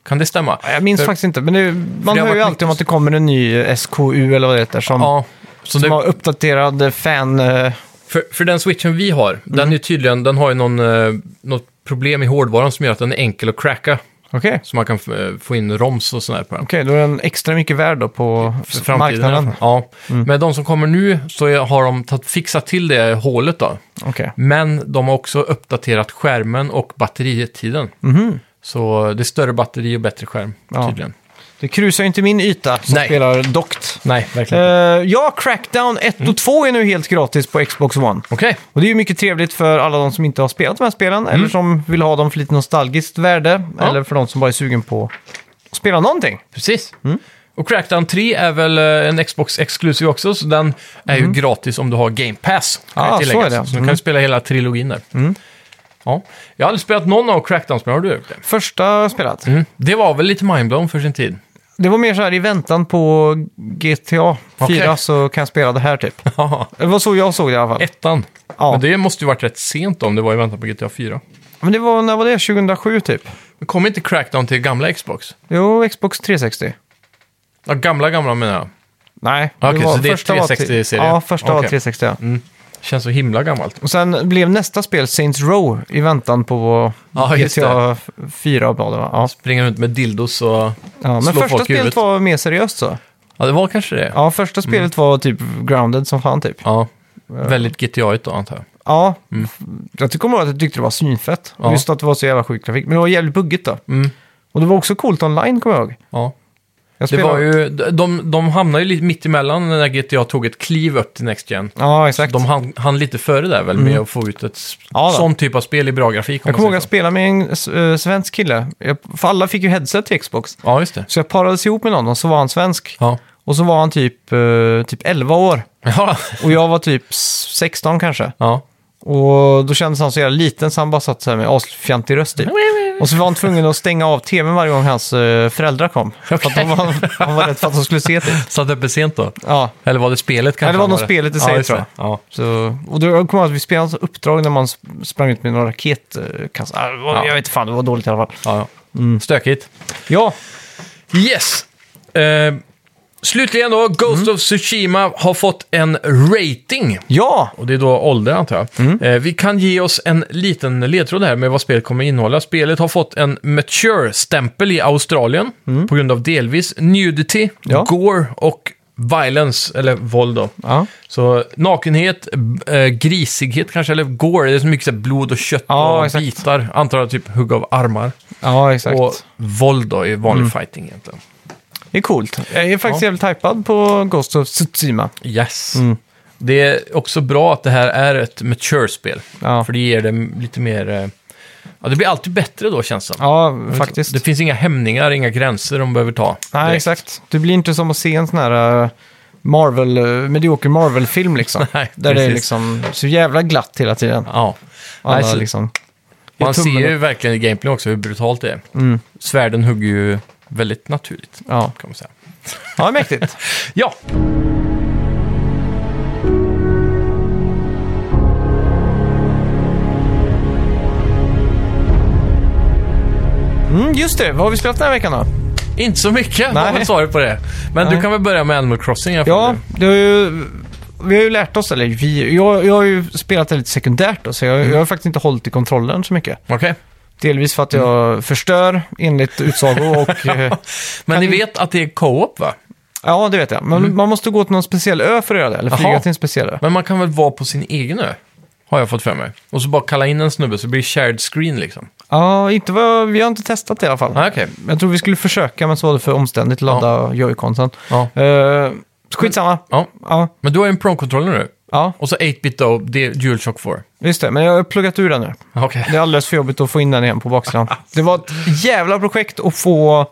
Kan det stämma?
Jag minns
För-
faktiskt inte, men det,
har
man hör ju
varit
alltid om
mycket-
att det kommer en ny eh, SKU eller vad det heter som,
Ja. Så
som
det,
har uppdaterad eh, fan... eh,
för, för den switchen vi har,
Mm.
den är ju tydligen, den har ju någon, eh, något problem i hårdvaran som gör att den är enkel att cracka.
Okej,
Så man kan eh, få in roms och sådär på den.
Okej, då är den extra mycket värd då på
För framtiden.
marknaden. Mm.
Ja. Men de som kommer nu så har de tagit, fixat till det hålet då.
Okej.
Men de har också uppdaterat skärmen och batteritiden. Så det är större batteri och bättre skärm
Mhm. Ja.
tydligen.
Det krusar ju inte min yta som
Nej.
spelar dokt.
Nej, verkligen inte.
Eh, ja, Crackdown 1 och 2 är nu helt gratis på Xbox One.
Okej,
Och det är ju mycket trevligt för alla de som inte har spelat de här spelen, eller som vill ha dem för lite nostalgiskt värde,
Mm. Ja.
eller för de som bara är sugen på att spela någonting.
precis.
Mm.
Och Crackdown 3 är väl eh, en Xbox exklusiv också, så den är ju gratis om du har Game Pass. kan
Mm. Ah,
jag
så
tillägga.
är det. Mm.
Så du kan ju spela hela trilogin där. Ja. Jag har aldrig spelat någon av Crackdown-spelen, har du gjort det?
Första spelat.
Mm. Det var väl lite mindblown för sin tid.
Det var mer så här i väntan på GTA 4
Okej.
så kan jag spela det här typ. Det var så jag såg det i alla fall.
Ettan.
Ja.
Men det måste ju varit rätt sent om det var i väntan på GTA 4.
Men det var, när var det? 2007 typ?
Men kom inte Crackdown till gamla Xbox?
Jo, Xbox 360.
Ja, gamla, gamla menar jag.
Nej,
Okej, så det är
första var till-
360-serie.
Ja, första var
Okej. Mm.
360. ja.
Känns så himla gammalt.
Och sen blev nästa spel Saints Row i väntan på
Ja, just
GTA 4 och bla, bla, bla. Ja.
Springer runt med dildos och
Ja, men
slår
första
folk i huvudet.
spelet var mer seriöst så.
Ja, det var kanske det. Ja.
Ja, första spelet
Mm.
var typ grounded som fan typ.
Väldigt GTA då, antar jag.
Ja, jag tycker ihåg att jag tyckte det var svinfett.
Mm. Ja.
Just att det var så jävla sjuk grafik. Men det var jävligt buggigt då.
Mm.
Och det var också coolt online kommer jag ihåg.
Ja.
Jag
Det var
spelade-
ju, de, de hamnade ju lite mitt emellan när GTA tog ett kliv upp till Next Gen.
Ja, exakt. Mm.
De hann, hann lite före där väl med att få ut ett s-
Ja, då.
sån typ av spel i bra grafik. om
Jag
man
kommer ihåg
säger
att jag
så.
spelade med en s- eh, svensk kille. Jag, för alla fick ju headset till Xbox.
Ja, just det.
Så jag parades ihop med någon och så var han svensk.
Ja.
Och så var han typ, eh, typ 11 år.
Ja.
Och jag var typ s- 16 kanske.
ja.
Och då kändes han så jävla liten så han bara satt så här med asfjantig röst typ. Och så var han tvungen att stänga av tvn varje gång hans eh, föräldrar kom. För att de var, han var rädd för att de skulle se typ.
Satt uppe sent då?
Ja.
Eller var det spelet kanske?
Ja, det var
han
nog spelet i
Ja,
sig,
just
tror
det. Ja.
Så, och då kommer jag ihåg att vi spelade ett uppdrag när man sp- sprang ut med några eh, raketkassar.
Ja.
ah, Jag vet inte fan, det var dåligt i alla fall.
Ja, ja.
Mm.
Stökigt.
Ja,
Yes! Eh, slutligen då, Ghost
Mm.
of Tsushima har fått en rating.
ja,
Och det är då ålder antar jag.
Mm.
Eh, vi kan ge oss en liten ledtråd här med vad spelet kommer innehålla. Spelet har fått en mature-stämpel i Australien på grund av delvis nudity,
Mm. Ja.
gore och violence, eller våld då.
ja.
Så nakenhet, b- eh, grisighet kanske, eller gore, det är så mycket så här blod och kött
Ja,
och
exakt.
bitar. Antar jag typ hugg av armar.
ja exakt. Mm.
Och våld då i vanlig fighting egentligen.
Det är coolt. Jag är faktiskt jävligt hypad på Ghost of Tsushima.
Yes.
Mm.
Det är också bra att det här är ett mature-spel.
Ja.
För det ger det lite mer... eh, Ja, det blir alltid bättre då känns det som.
Ja, faktiskt.
Det finns inga hämningar, inga gränser de behöver ta.
Nej,
direkt.
exakt. Det blir inte som att se en sån här eh, Marvel, eh, medioker Marvel-film liksom.
Nej,
där det är
precis.
liksom så jävla glatt hela tiden.
Ja.
Alla,
Nej, så-
liksom,
Man ser
tummen
ju verkligen i gameplay också hur brutalt det är. Svärden hugger ju väldigt naturligt,
Mm. ja.
kan man säga.
ja, mäktigt.
Ja,
Mm, just det, vad har vi spelat den här veckan då?
inte så mycket
Nej.
var väl svaret på det. Men du
Nej.
kan väl börja med Animal Crossing i alla fall.
Ja, det har ju, vi har ju lärt oss, eller vi, jag, jag har ju spelat det lite sekundärt då, så jag,
Mm.
jag har faktiskt inte hållit i kontrollen så mycket.
Okej.
Delvis för att jag
Mm.
förstör enligt utsago och... eh,
Men
Kan
ni
vi-
vet att det är co-op va?
ja, det vet jag. Men man måste gå till någon speciell ö för att göra det, eller flyga
Mm. Jaha.
till en speciell ö.
Men man kan väl vara på sin egen ö? Har jag fått för mig. Och så bara kalla in en snubbe så blir det shared screen liksom.
Ja, inte vad, vi har inte testat det i alla fall.
Ah, Okej.
Jag tror vi skulle försöka, men så var det för omständigt att ladda Joy-Consen.
Ja.
Eh, skitsamma.
ja.
Ja,
Men du har ju en Pro-controller nu.
ja,
Och så 8-bit då, det är DualShock 4.
just det. Men jag har pluggat ur den nu.
Okej.
Det är alldeles för jobbigt att få in den igen på baksidan. Det var ett jävla projekt att få,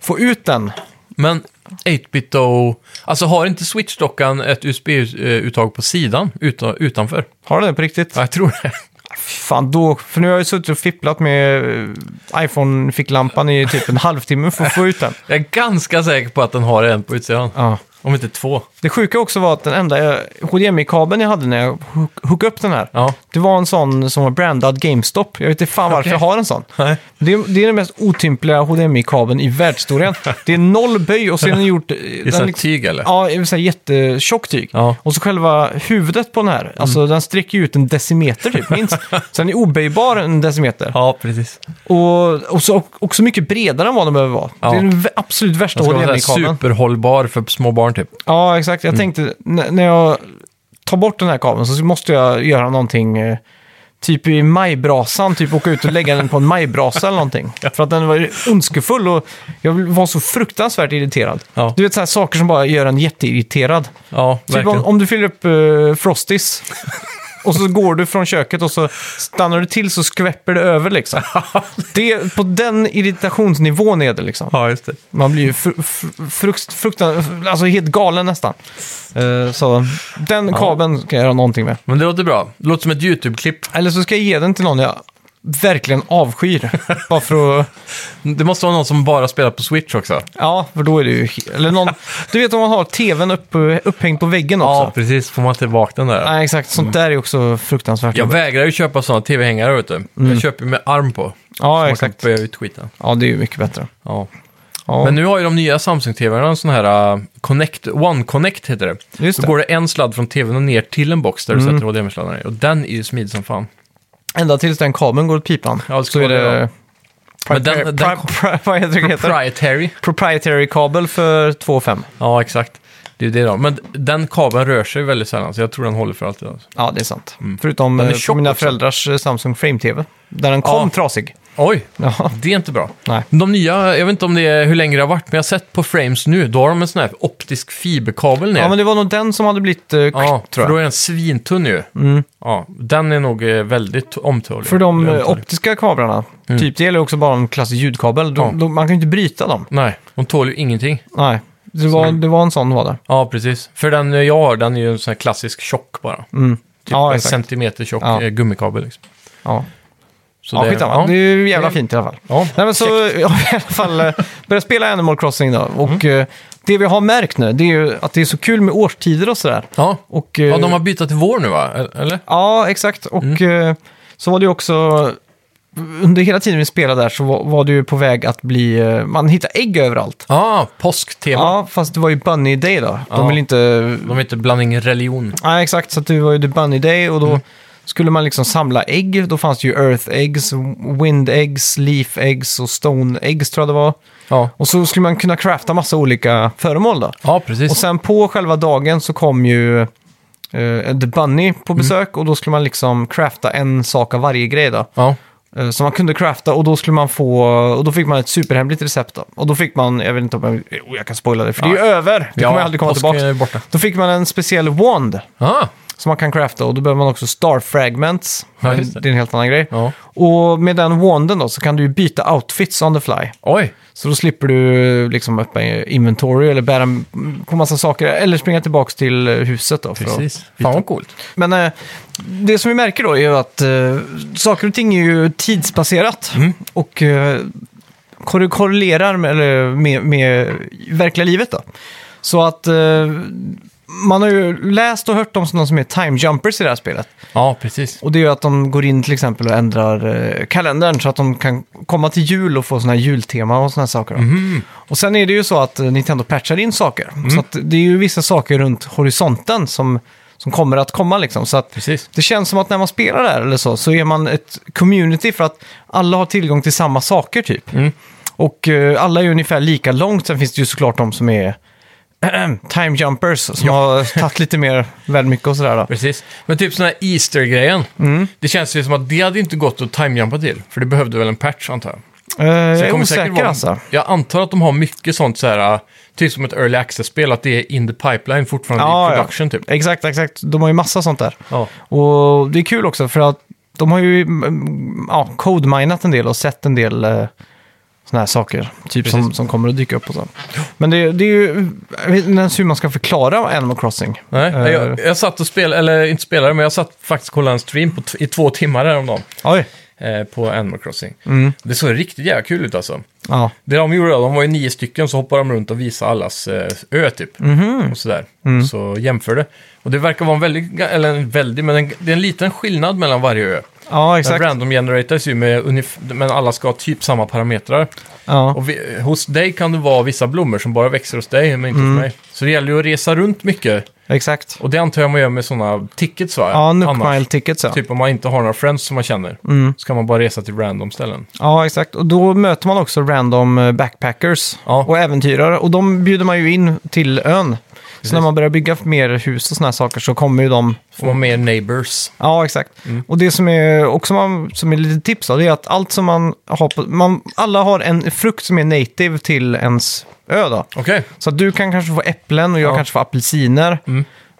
få ut den.
Men 8-bit då, alltså har inte Switch-dockan ett USB-uttag på sidan utan, utanför?
Har du det på riktigt?
Ja, jag tror det.
Fan, då, för nu har jag suttit och fipplat med eh, iPhone-ficklampan i typ en halvtimme för att få ut den.
Jag är ganska säker på att den har en på utsidan.
Ja.
Om inte två.
Det sjuka också var att den enda eh, HDMI-kabeln jag hade när jag hook- hookade upp den här,
Ja.
det var en sån som var brandad GameStop. Jag vet inte fan varför
Okej.
jag har en sån.
Nej.
Det är, det är den mest otympliga HDMI-kabeln i världshistorien. Det är noll böj och så är den gjort...
Det är
den
sånt
liksom-
tyg eller?
Ja, det vill säga jättetjockt tyg.
Ja. Mm.
Och så själva huvudet på den här, alltså den sträcker ju ut en decimeter typ, minst. så den är oböjbar en decimeter.
Ja, precis.
Och, och så också mycket bredare än vad den behöver vara.
Ja.
Det är den v- absolut värsta
Den ska vara så här
HDMI-kabeln.
superhållbar för små barn typ.
Ja, exakt. Jag tänkte, n- när jag tar bort den här kabeln så måste jag göra någonting, eh, typ i majbrasan, typ åka ut och lägga den på en majbrasa eller någonting. För att den var ondskefull och jag var så fruktansvärt irriterad.
Ja.
Du vet så här saker som bara gör en jätteirriterad.
Ja,
Typ
verkligen.
om, om du fyller upp eh, Frosties och så går du från köket och så stannar du till så skväpper det över liksom. Det, på den irritationsnivån är det liksom.
Ja, just det.
Man blir ju fr fr frukt, fruktan, alltså helt galen nästan. Eh, så den kabeln ska jag göra någonting med.
Men det låter bra. Det låter som ett YouTube-klipp.
Eller så ska jag ge den till någon jag verkligen avskyr. bara för att...
Det måste vara någon som bara spelar på Switch också.
Ja, för då är det ju... he- Eller någon, du vet om man har tvn upp, upphängd på väggen
Ja,
också.
precis. Får man inte bak den där.
Nej, exakt. Sånt där är också fruktansvärt.
Jag vägrar ju köpa sådana tv-hängare, vet du. Jag köper ju med arm på.
ja,
Man kan
Mm. exakt.
böja ut skiten.
Ja, det är ju mycket bättre.
Ja.
Ja.
Men nu har ju de nya Samsung-tvn en sån här uh, Connect, One Connect heter det.
Just
Så
det. Mm.
går det en sladd från tvn och ner till en box där du sätter HDMI-sladdarna i. Och den är ju smidig som fan.
Ända tills den kabeln går åt pipan.
Ja, det ska
så är
vara det,
det...
ja. Men den-
Pri-
den-
pri- vad heter det? heter?
Proprietary.
Proprietary kabel för 2,5.
Ja, exakt. Det är ju det då. Men d- den kabeln rör sig väldigt sällan, så jag tror den håller för alltid. Alltså.
Ja, det är sant. Förutom
Den är
eh, på
tjock
mina
också.
föräldrars eh, Samsung Frame-TV. Där den kom
Ja.
trasig.
Oj,
Ja.
det är inte bra.
Nej.
De nya, jag vet inte om det är hur länge det har varit, men jag har sett på Frames nu, då har de en sån här optisk fiberkabel ner.
ja, men det var nog den som hade blivit... Uh,
Ja,
tror
för då
jag. Mm.
är den svintunn ju. Ja, den är nog eh, väldigt omtålig.
För de eh,
Omtålig.
optiska kablarna, typ, det gäller också bara en klassisk ljudkabel. De,
Mm. Ja.
de, man kan ju inte bryta dem.
Nej, de tål ju ingenting.
Nej, det var, det var en sån var det.
Ja, precis. För den eh, jag har, den är ju en sån här klassisk tjock bara. Typ
Mm. Ja,
en
exakt.
centimeter tjock
Ja.
eh, gummikabel. Liksom.
Ja,
Så
ja skitsamma. Det är ju jävla
Det-
fint i alla fall.
Ja,
Nej, men så jag har i alla fall eh, börjat spela Animal Crossing då. Och
Mm.
eh, det vi har märkt nu, det är ju att det är så kul med årstider och sådär.
ja.
Och,
ja,
eh,
de har bytt till vår nu va? E- Eller?
Ja, exakt. Och eh, så var det ju också... Under hela tiden vi spelade där så var, var det ju på väg att bli... eh, Man hittar ägg överallt.
Ja, påsk-tema.
Ja, fast det var ju Bunny Day då. De
Ja.
vill inte...
De heter Blandning Religion.
Nej, exakt. Så att det var ju The Bunny Day och då skulle man liksom samla ägg. Då fanns det ju Earth Eggs, Wind Eggs, Leaf Eggs och Stone Eggs tror jag det var.
Ja,
Och så skulle man kunna crafta massa olika föremål då.
ja precis.
Och sen på själva dagen så kom ju
Mm.
eh, The Bunny på besök och då skulle man liksom crafta en sak av varje grej då.
ja.
eh, som man kunde crafta och då skulle man få, och då fick man ett superhemligt recept då. Och då fick man, jag vet inte om jag, jo, jag kan spoila det för det är ju över, det kommer aldrig komma
påsken
tillbaka.
är borta.
Då fick man en speciell wand
Ah,
som man kan crafta och då behöver man också star fragments.
Ja,
Men
just
det.
det.
är en helt annan grej.
ja.
Och med den wanden då så kan du ju byta outfits on the fly.
Oj,
Så då slipper du liksom öppna inventory eller bära på massa saker. Eller springa tillbaka till eh, huset då. för att-
precis. Fan vad coolt.
Men eh, det som vi märker då är ju att eh, saker och ting är ju tidsbaserat. Och eh, korre- korrelerar med, eller med, med verkliga livet då. Så att eh, man har ju läst och hört om sådana som är time jumpers i det här spelet.
Ja, precis.
Och det är ju att de går in till exempel och ändrar eh, kalendern så att de kan komma till jul och få sådana här jultema och sådana här saker. Då.
Mhm.
Och sen är det ju så att eh, Nintendo patchar in saker.
Mm.
Så att det är ju vissa saker runt horisonten som, som kommer att komma liksom. Så att
Precis.
det känns som att när man spelar där eller så, så är man ett community för att alla har tillgång till samma saker typ.
Mm.
Och eh, alla är ungefär lika långt. Sen finns det ju såklart de som är time jumpers som har tagit lite mer väl mycket och sådär. Då.
Precis. Men typ sån här Easter-grejen.
Mm.
Det känns ju som att det hade inte gått att timejumpa till. För det behövde väl en patch antar jag.
Eh, jag
Det
är
kommer
osäker
säkert vara-
alltså.
Jag antar att de har mycket sånt så här, äh, typ som ett early access-spel, att det är in the pipeline fortfarande i production typ.
Exakt, exakt. De har ju massa sånt där.
Ja.
Och det är kul också för att de har ju mm, ja, code-minat en del och sett en del eh, såna här saker. Typ som,
Precis.
som kommer att dyka upp och så. Men det, det är ju... Jag vet inte ens hur man ska förklara Animal Crossing.
Nej,
Eh,
jag, jag satt och spelade, eller inte spelade, men jag satt faktiskt och kollade en stream på t- i två timmar häromdagen
Oj.
eh, på Animal Crossing.
Mm.
Det såg riktigt jävla kul ut alltså.
Ja.
Det de gjorde, de var ju nio stycken, så hoppade de runt och visade allas eh, ö typ. Och sådär. Så jämförde. Och det verkar vara en väldigt, eller en väldigt, men en, det är en liten skillnad mellan varje ö.
ja,
Den
exakt.
random generators ju med, unif- men alla ska ha typ samma parametrar.
Ja.
Och vi, hos dig kan det vara vissa blommor som bara växer hos dig, men inte hos mig. Så det gäller ju att resa runt mycket.
Exakt.
Och det antar jag man gör med sådana tickets va?
Ja, Nook
Annars.
Mile Tickets ja.
Typ om man inte har några friends som man känner. Så kan man bara resa till random ställen.
Ja, exakt. Och då möter man också random eh, backpackers
Ja.
och äventyrare. Och de bjuder man ju in till ön. Så när man börjar bygga mer hus och såna här saker så kommer ju de...
Får man Mm. med neighbors.
Ja, exakt. Och det som är också man, som är lite tips då, det är att allt som man har på... Man, alla har en frukt som är native till ens ö då.
Okej.
Så att du kan kanske få äpplen och jag
Ja. Mm.
kanske får apelsiner.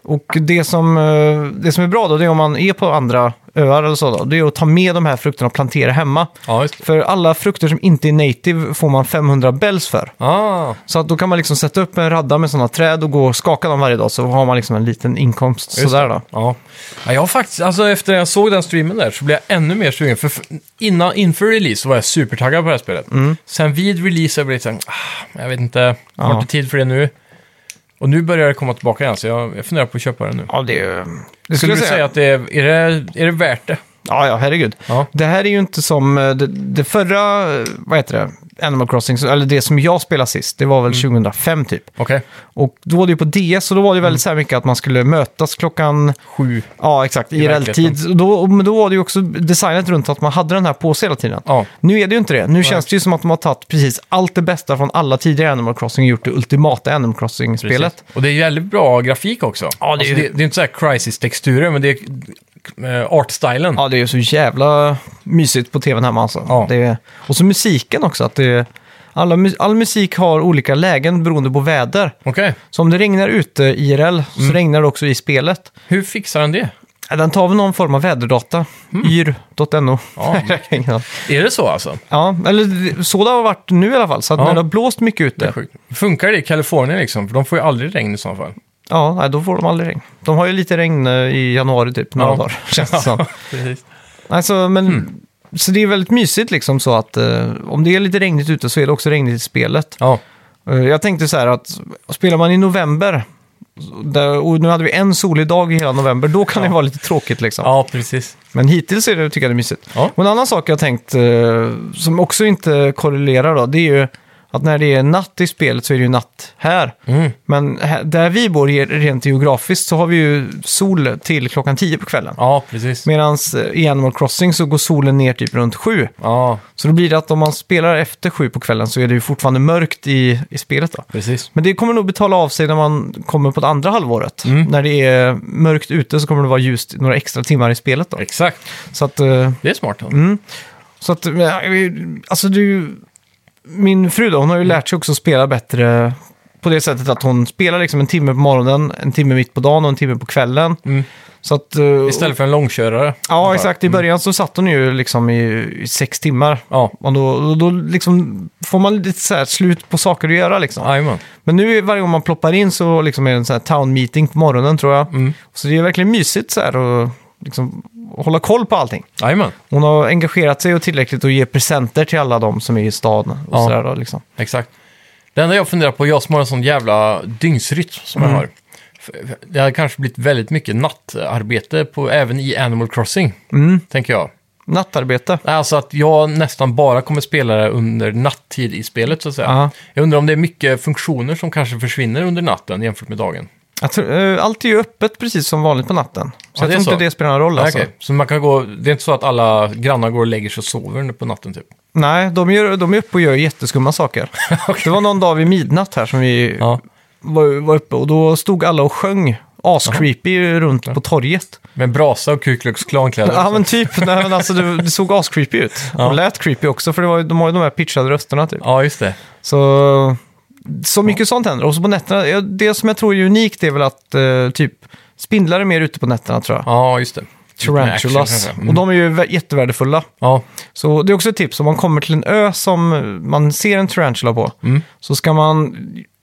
Och det som, eh, det som är bra då, det är om man är på andra öar eller så då, det är att ta med de här frukterna och plantera hemma.
Ja, just det.
För alla frukter som inte är native får man 500 bells för.
Ah,
Så att då kan man liksom sätta upp en radda med sådana träd och gå och skaka dem varje dag så har man liksom en liten inkomst
Just
sådär då.
ja. ja. Jag har faktiskt, alltså efter jag såg den streamen där så blev jag ännu mer sugen. För f- innan, inför release så var jag supertaggad på det här spelet.
Mm.
Sen vid release så blev jag lite såhär, ah, jag vet inte, jag har
Ja.
inte tid för det nu. Och nu börjar det komma tillbaka igen, så jag, jag funderar på att köpa det nu.
Ja, det är ju... Det
Skulle du säga, att det är, är, det, är det värt det?
Ja, ja, herregud.
Ja.
Det här är ju inte som eh, det, det förra, eh, vad heter det, Animal Crossing, så- eller det som jag spelade sist, det var
Mm.
väl 2005 typ.
Okej.
Och då var det ju på DS och då var det
Mm.
väldigt så här mycket att man skulle mötas klockan
Sju.
Ja, exakt. I
verkligheten.
realtid. Och Då, och- men då var det ju också designat runt att man hade den här på sig hela tiden.
Ja.
Nu är det ju inte det. Nu känns det ju som att de har tagit precis allt det bästa från alla tidigare Animal Crossing och gjort det ultimata Animal Crossing-spelet.
Precis. Och det är väldigt bra grafik också. Alltså,
Ja, det är ju-
det, det är inte så här crisis-texturer, men det är eh, art-stylen.
Ja, det är ju så jävla mysigt på tvn hemma alltså.
Ja.
Det är, och så musiken också. Att det är, alla, mu- all musik har olika lägen beroende på väder.
Okej,
Så om det regnar ute IRL så
Mm.
regnar det också i spelet.
hur fixar han det?
Ja, Den tar väl någon form av väderdata. Yr.no.
Mm. Ja.
Ingen aning.
Är det så alltså?
Ja, eller det- så det har varit nu i alla fall. Så att
Ja.
när det har blåst mycket
Det är
ute,
sjukt. Funkar det i Kalifornien liksom? För de får ju aldrig regn i så fall.
ja, nej, då får de aldrig regn. De har ju lite regn eh, i januari typ, några
Ja. Mm.
dagar, känns det som.
Precis.
Alltså, men, Så det är väldigt mysigt liksom så att eh, om det är lite regnigt ute så är det också regnigt i spelet.
Ja,
Eh, jag tänkte så här att spelar man i november, där, och nu hade vi en solig dag i hela november, då kan det vara lite tråkigt liksom.
ja precis.
Men hittills är det, tycker jag det är mysigt.
Ja.
Och en annan sak jag har tänkt, eh, som också inte korrelerar då, det är ju att när det är natt i spelet så är det ju natt här.
Mm.
Men här, där vi bor ge- rent geografiskt så har vi ju sol till klockan 10 på kvällen.
Ja, precis.
Medan i Animal Crossing så går solen ner typ runt 7.
Ja,
Så då blir det att om man spelar efter 7 på kvällen så är det ju fortfarande mörkt i, i spelet då.
precis.
Men det kommer nog betala av sig när man kommer på det andra halvåret. När det är mörkt ute så kommer det vara ljust några extra timmar i spelet då.
Exakt.
Så att... eh,
Det är smart.
Mm. Så att, men, jag- alltså du... Min fru då, hon har ju lärt sig också att spela bättre på det sättet att hon spelar liksom en timme på morgonen, en timme mitt på dagen och en timme på kvällen. Så att... eh,
Istället för en långkörare.
Ja, exakt. I början så satt hon ju liksom i, i sex timmar.
Ja,
Och då, då, då liksom får man lite så här slut på saker att göra liksom.
jajamän.
Men nu varje gång man ploppar in så liksom är det en sån här town meeting på morgonen tror jag. Så det är verkligen mysigt så här och liksom hålla koll på allting.
Jajamän,
Hon har engagerat sig och tillräckligt och ger presenter till alla de som är i staden. Och
Ja.
så där då, liksom.
exakt. Det enda jag funderar på, jag som har en sån jävla dygnsrytm som jag har. F- Det hade kanske blivit väldigt mycket nattarbete på, även i Animal Crossing, tänker jag.
Nattarbete.
Alltså att jag nästan bara kommer spela det under natttid i spelet, så att säga.
Ja.
Jag undrar om det är mycket funktioner som kanske försvinner under natten jämfört med dagen.
Jag tror, eh, allt är ju öppet precis som vanligt på natten. Så
Ja,
jag
det är
tror inte
så.
det spelar någon roll alltså.
Okej, Så man kan gå, det är inte så att alla grannar går och lägger sig och sover på natten typ?
Nej, de, gör, de är uppe och gör jätteskumma saker. Det var någon dag vid midnatt här som vi
Ja.
var, var uppe och då stod alla och sjöng ascreepy runt på torget.
Med brasa och Ku Klux Klan-kläder.
Ja men typ, nej, men alltså, det, det såg ascreepy ut. De lät creepy också för det var, ju- de har ju de här pitchade rösterna typ.
Ja, just det.
Så, så mycket sånt händer. Och så på nätterna, ja, det som jag tror är unikt är väl att eh, typ spindlar är mer ute på nätterna tror jag.
Ja, just det. Lite med action,
Tarantulas.
kanske. Mm.
Och de är ju vä- jättevärdefulla.
Ja,
Så det är också ett tips, om man kommer till en ö som eh, man ser en tarantula på,
Mm.
så ska man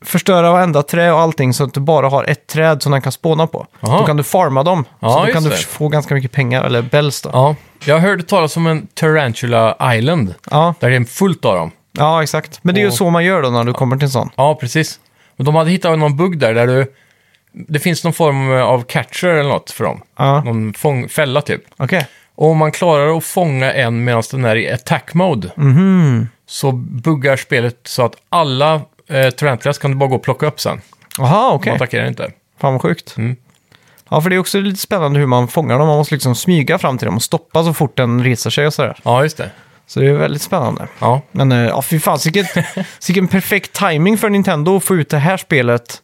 förstöra varenda trä och allting så att du bara har ett träd som den kan spåna på.
Aha.
Då kan du farma dem,
Ja,
så då
just
kan du
det.
få ganska mycket pengar, eller bells då. Ja,
ja. Jag hörde talas om en Tarantula Island,
ja,
där det är fullt av dem.
exakt. Men det är ju
Och-
så man gör då när du kommer till en sån.
Ja, precis. Och de hade hittat någon bugg där, där du... Det finns någon form av catcher eller något för dem.
Ja.
Någon fång, fälla typ.
Okej.
Och om man klarar att fånga en medan den är i attack mode
Mhm.
så buggar spelet så att alla eh, Tarantulas kan du bara gå och plocka upp sen.
Jaha,
De
okej.
attackerar inte.
Fan vad sjukt.
Mm.
Ja, för det är också lite spännande hur man fångar dem. Man måste liksom smyga fram till dem och stoppa så fort den reser sig och sådär.
Ja, just det.
Så det är väldigt spännande.
Ja,
Men eh, ja, fy fan, vilket, vilken perfekt timing för Nintendo att få ut det här spelet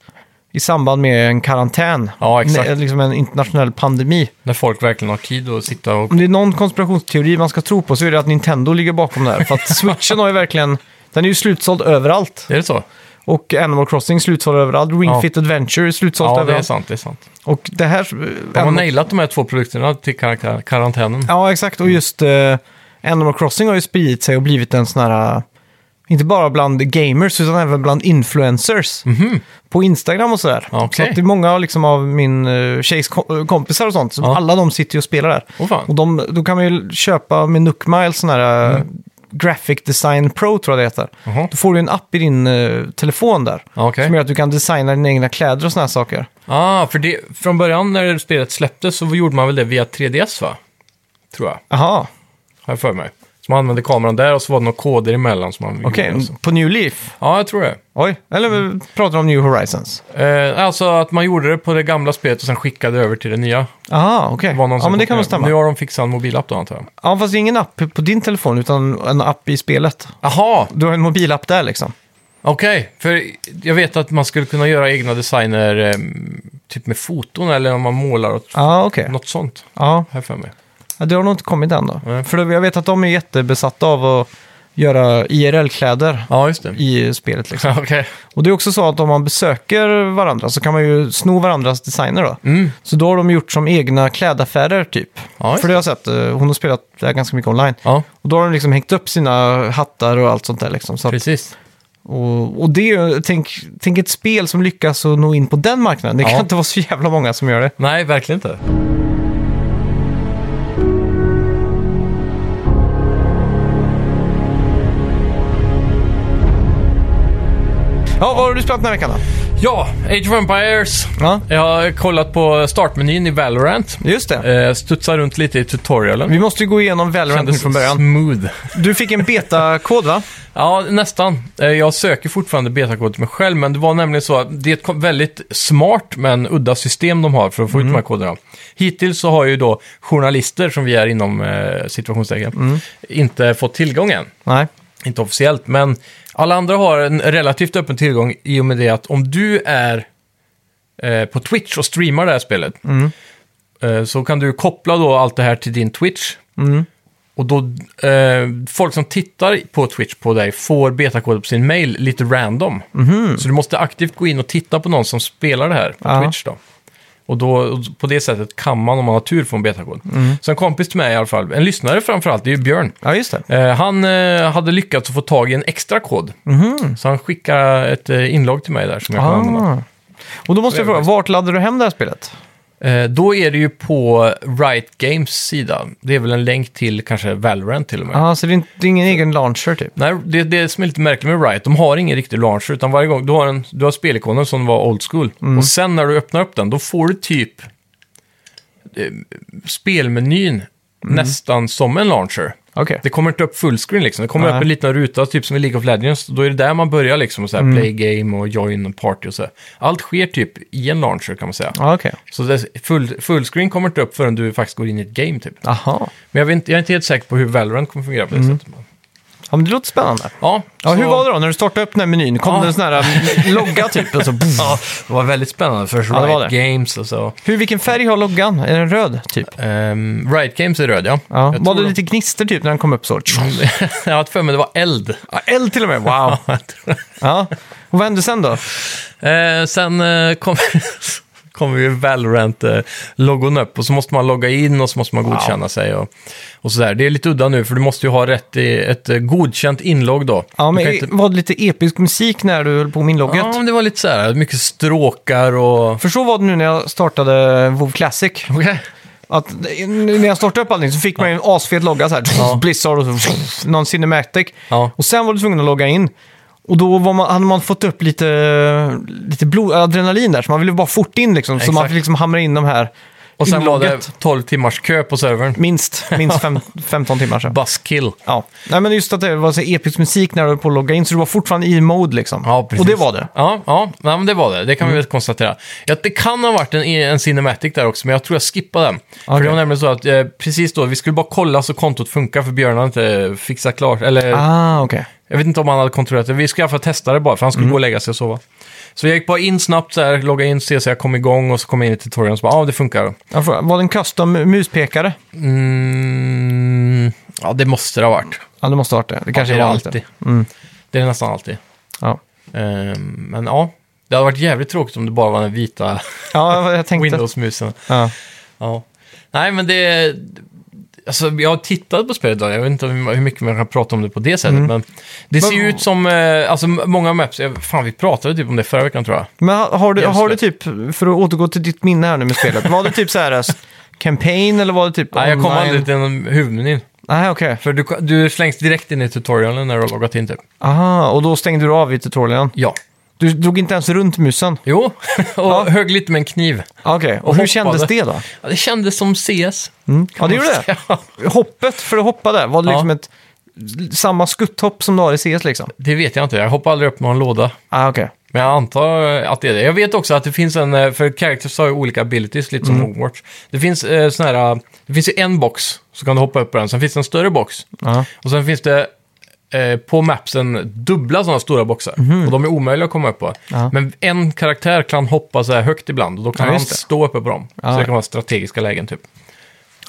i samband med en karantän.
Ja, exakt.
Ne- liksom en internationell pandemi.
när folk verkligen har tid att sitta och...
Om det är någon konspirationsteori man ska tro på så är det att Nintendo ligger bakom det här. För att switchen har ju verkligen... Den är ju slutsåld överallt.
Är det så?
Och Animal Crossing är slutsåld överallt. Ring
Ja.
Fit Adventure är slutsålt
Ja, det är
överallt.
sant. Det är sant.
Och det här...
De har
Animal-
nailat de här två produkterna till kar- karantänen.
Ja, exakt.
Mm.
Och just eh, Animal Crossing har ju spridit sig och blivit en sån här... eh, Inte bara bland gamers, utan även bland influencers. På Instagram och sådär.
Mhm. Okej.
Så att det är många liksom, av min uh, tjejs ko- eh, kompisar och sånt. Så
Ja. Oh.
Alla de sitter ju och spelar där.
Åh, fan.
Och de, då kan man ju köpa med Nookmile sån här...
Mm.
eh, Graphic Design Pro tror jag det heter.
Mhm.
Då får du en app i din eh, telefon där.
Okej.
Som gör att du kan designa dina egna kläder och såna här saker.
Ah, för det, från början när spelet släpptes så gjorde man väl det via 3DS va? Tror jag,
Jaha,
har jag för mig. Så man använde kameran där och så var det några koder emellan som man
okej. mm.
gjorde och så.
På New Leaf?
Ja, jag tror det.
Oj, eller vi
Mm.
pratar om New Horizons?
Eh, alltså att man gjorde det på det gamla spelet och sen skickade över till det nya.
Aha, okej.
Det var någon
Ja,
som
men det kan
kopierade.
nog stämma.
Nu har de fixat en mobilapp då antar jag.
Ja, fast det är ingen app på din telefon, utan en app i spelet.
Aha,
Du har en mobilapp där liksom.
okej. För jag vet att man skulle kunna göra egna designer eh, typ med foton eller om man målar och
Ja, okej.
något sånt.
Ja,
Här för mig.
Ja, det har nog inte kommit än då.
Nej.
För jag vet att de är jättebesatta av att göra IRL-kläder
Ja, just det.
i spelet liksom.
Okej.
Och det är också så att om man besöker varandra så kan man ju sno varandras designer då.
Mm.
Så då har de gjort som egna klädaffärer typ.
Ja, just
För det har jag sett, eh, hon har spelat det här ganska mycket online.
Ja,
Och då har de liksom hängt upp sina hattar och allt sånt där liksom. Så att
precis.
Och, och det är ju, tänk, tänk ett spel som lyckas att nå in på den marknaden. Det
Ja.
kan inte vara så jävla många som gör det.
Nej, verkligen inte.
Ja, vad har du spelat den här veckan då?
Ja, Age of Empires.
Ja.
Jag har kollat på startmenyn i Valorant.
Just det.
Eh, studsar runt lite i tutorialen.
Vi måste ju gå igenom Valorant nu
Kändes
från början.
Smooth.
Du fick en betakod va?
Ja, nästan. Eh, Jag söker fortfarande betakoden till mig själv, men det var nämligen så att det är ett kom- väldigt smart men udda system de har för att få
Mm.
ut de här koderna. Hittills så har ju då journalister, som vi är inom eh, situationstecken,
Mm.
inte fått tillgång än.
Nej.
Inte officiellt, men alla andra har en relativt öppen tillgång i och med det att om du är eh, på Twitch och streamar det här spelet, eh, så kan du koppla då allt det här till din Twitch. Och då, eh, folk som tittar på Twitch på dig får betakoden på sin mail lite random. Så du måste aktivt gå in och titta på någon som spelar det här på
Ja.
Twitch då. Och då, och på det sättet kan man om man har tur få en betakod. Så en kompis till mig i alla fall, en lyssnare framförallt, det är ju Björn.
Ja, just det.
Eh, han eh, hade lyckats att få tag i en extra kod. Så han skickade ett eh, inlogg till mig där som jag kan använda.
Ah. Och då måste jag
Så är
fråga,
det
vart laddar du hem det här spelet?
Eh, då är det ju på Riot Games sida. Det är väl en länk till kanske Valorant till och med.
Ja, så det är, inte, det är ingen egen launcher typ?
Nej, det, det som är lite märkligt med Riot, de har ingen riktig launcher, utan varje gång du har, en, du har spelikonen som var old school, och sen när du öppnar upp den, då får du typ eh, spelmenyn nästan som en launcher.
Okej.
Det kommer inte upp fullscreen liksom, det kommer
Nej.
upp en liten ruta, typ som i League of Legends, då är det där man börjar liksom, och så här,
Mm.
play game och join och party och så. här. Allt sker typ i en launcher kan man säga.
Ja, Ah, okej.
Så det, full, fullscreen kommer inte upp förrän du faktiskt går in i ett game typ.
Aha.
Men jag, vet, inte- jag är inte helt säker på hur Valorant kommer fungera på det sättet.
Ja, men det låter spännande.
Ja,
Mm. Ja,
så-
hur var det då när du startade upp den här menyn? Kom
Ja.
det en sån här logga typ? Och så,
Ja, det var väldigt spännande. Först
Ja, det var
Riot Games och så.
Hur, vilken färg har loggan? Är den röd typ?
Um, Riot Games är röd, ja.
Ja.
Jag
Var
tror
det
de-
lite gnister typ när den kom upp så?
jag har haft för mig det var eld.
Ja, eld till och med, wow!
jag tror det.
Ja. Och vad hände sen då?
Eh, sen eh, kom- kommer ju Valorant-logon upp och så måste man logga in och så måste man godkänna sig och, och sådär. Det är lite udda nu för du måste ju ha rätt i ett eh, godkänt inlogg då.
Ja,
Du
men
kan inte...
Var det lite episk musik när du höll på med inlogget?
ja, men det var lite så här, mycket stråkar och...
För så var det nu när jag startade WoW Classic.
Okej.
Att när jag startade upp allting så fick man ju en asfet logga så här. Blizzard och så, någon Cinematic.
Ja.
Och sen var du tvungen att logga in. Och då var man, hade man fått upp lite, lite blod, adrenalin där, så man ville bara fort in liksom. Så man
Exakt.
fick liksom hamra in de här
Och sen var det
inlogget.
12 timmars kö på servern.
Minst, minst fem, 15 timmar sedan.
Buzzkill.
Ja. Nej, men just att det var så episk musik när du höll på att logga in, så du var fortfarande i mode liksom.
Ja, precis.
Och det var det. Mm.
Ja, ja nej, men det var det. Det kan vi väl konstatera. Ja, det kan ha varit en, en cinematic där också, men jag tror jag skippade den. För
Okej.
det var nämligen så att eh, precis då, vi skulle bara kolla så kontot funkar, för Björn hade inte fixat klart. Eller,
Ah, okej.
jag vet inte om han hade kontrollerat det. Vi skulle i alla fall testa det bara, för
Mm.
han skulle gå och lägga sig och sova. Så jag gick bara in snabbt där, loggade in, se så jag kom igång och så kom jag in i tutorialen och så bara, ja ah, det funkar.
Jag frågar, Var det en custom muspekare?
Mm, ja, det måste det ha varit.
Ja, det måste ha varit det. Det kanske
det är
var
det
allt det.
alltid. Det är nästan alltid.
Ja.
Ehm, men ja, det hade varit jävligt tråkigt om det bara var den vita
ja, jag tänkte...
Windows-musen.
Ja.
Ja. Nej, men det... Alltså, jag har tittat på spelet idag. Jag vet inte hur hur mycket man kan prata om det på det sättet,
Mm.
men det ser ju ut som... eh, Alltså, många maps... jag- Fan, vi pratade typ om det förra veckan, tror jag.
Men ha- har du,
Just
har du
det.
typ, för att återgå till ditt minne här nu med spelet, var det typ så här s- campaign eller var det typ
Nej, jag kom
online?
aldrig till en huvudmenyn.
Nej, okej.
För du, du slängs direkt in i tutorialen när du har loggat in, typ.
Aha, och då stängde du av i tutorialen.
Ja.
Du drog inte ens runt musen.
Jo, och högg lite med en kniv.
Okej, och, hur
hoppade.
kändes det då? Mm.
Ja, det kändes som CS.
Ja, det gjorde det.
Ja,
Hoppet, för att hoppa där, var det
Ja.
liksom ett, samma skutthopp som du har i CS liksom?
det vet jag inte. Jag hoppade aldrig upp någon låda.
Ah, okej.
Men jag antar att det är det. Jag vet också att det finns en, eh, för characters har ju olika abilities, lite
Mm.
som Hogwarts. Det finns eh, sån här, eh, det finns ju en box, så kan du hoppa upp på den. Sen finns det en större box.
Ja.
Och sen finns det eh, på mapsen dubbla sådana stora boxar. Och de är omöjliga att komma upp på.
Mhm. Ja.
Men en karaktär kan hoppa så här högt ibland och då kan
Ja,
han
just det.
stå uppe på dem.
Ja.
Så det kan vara strategiska lägen typ.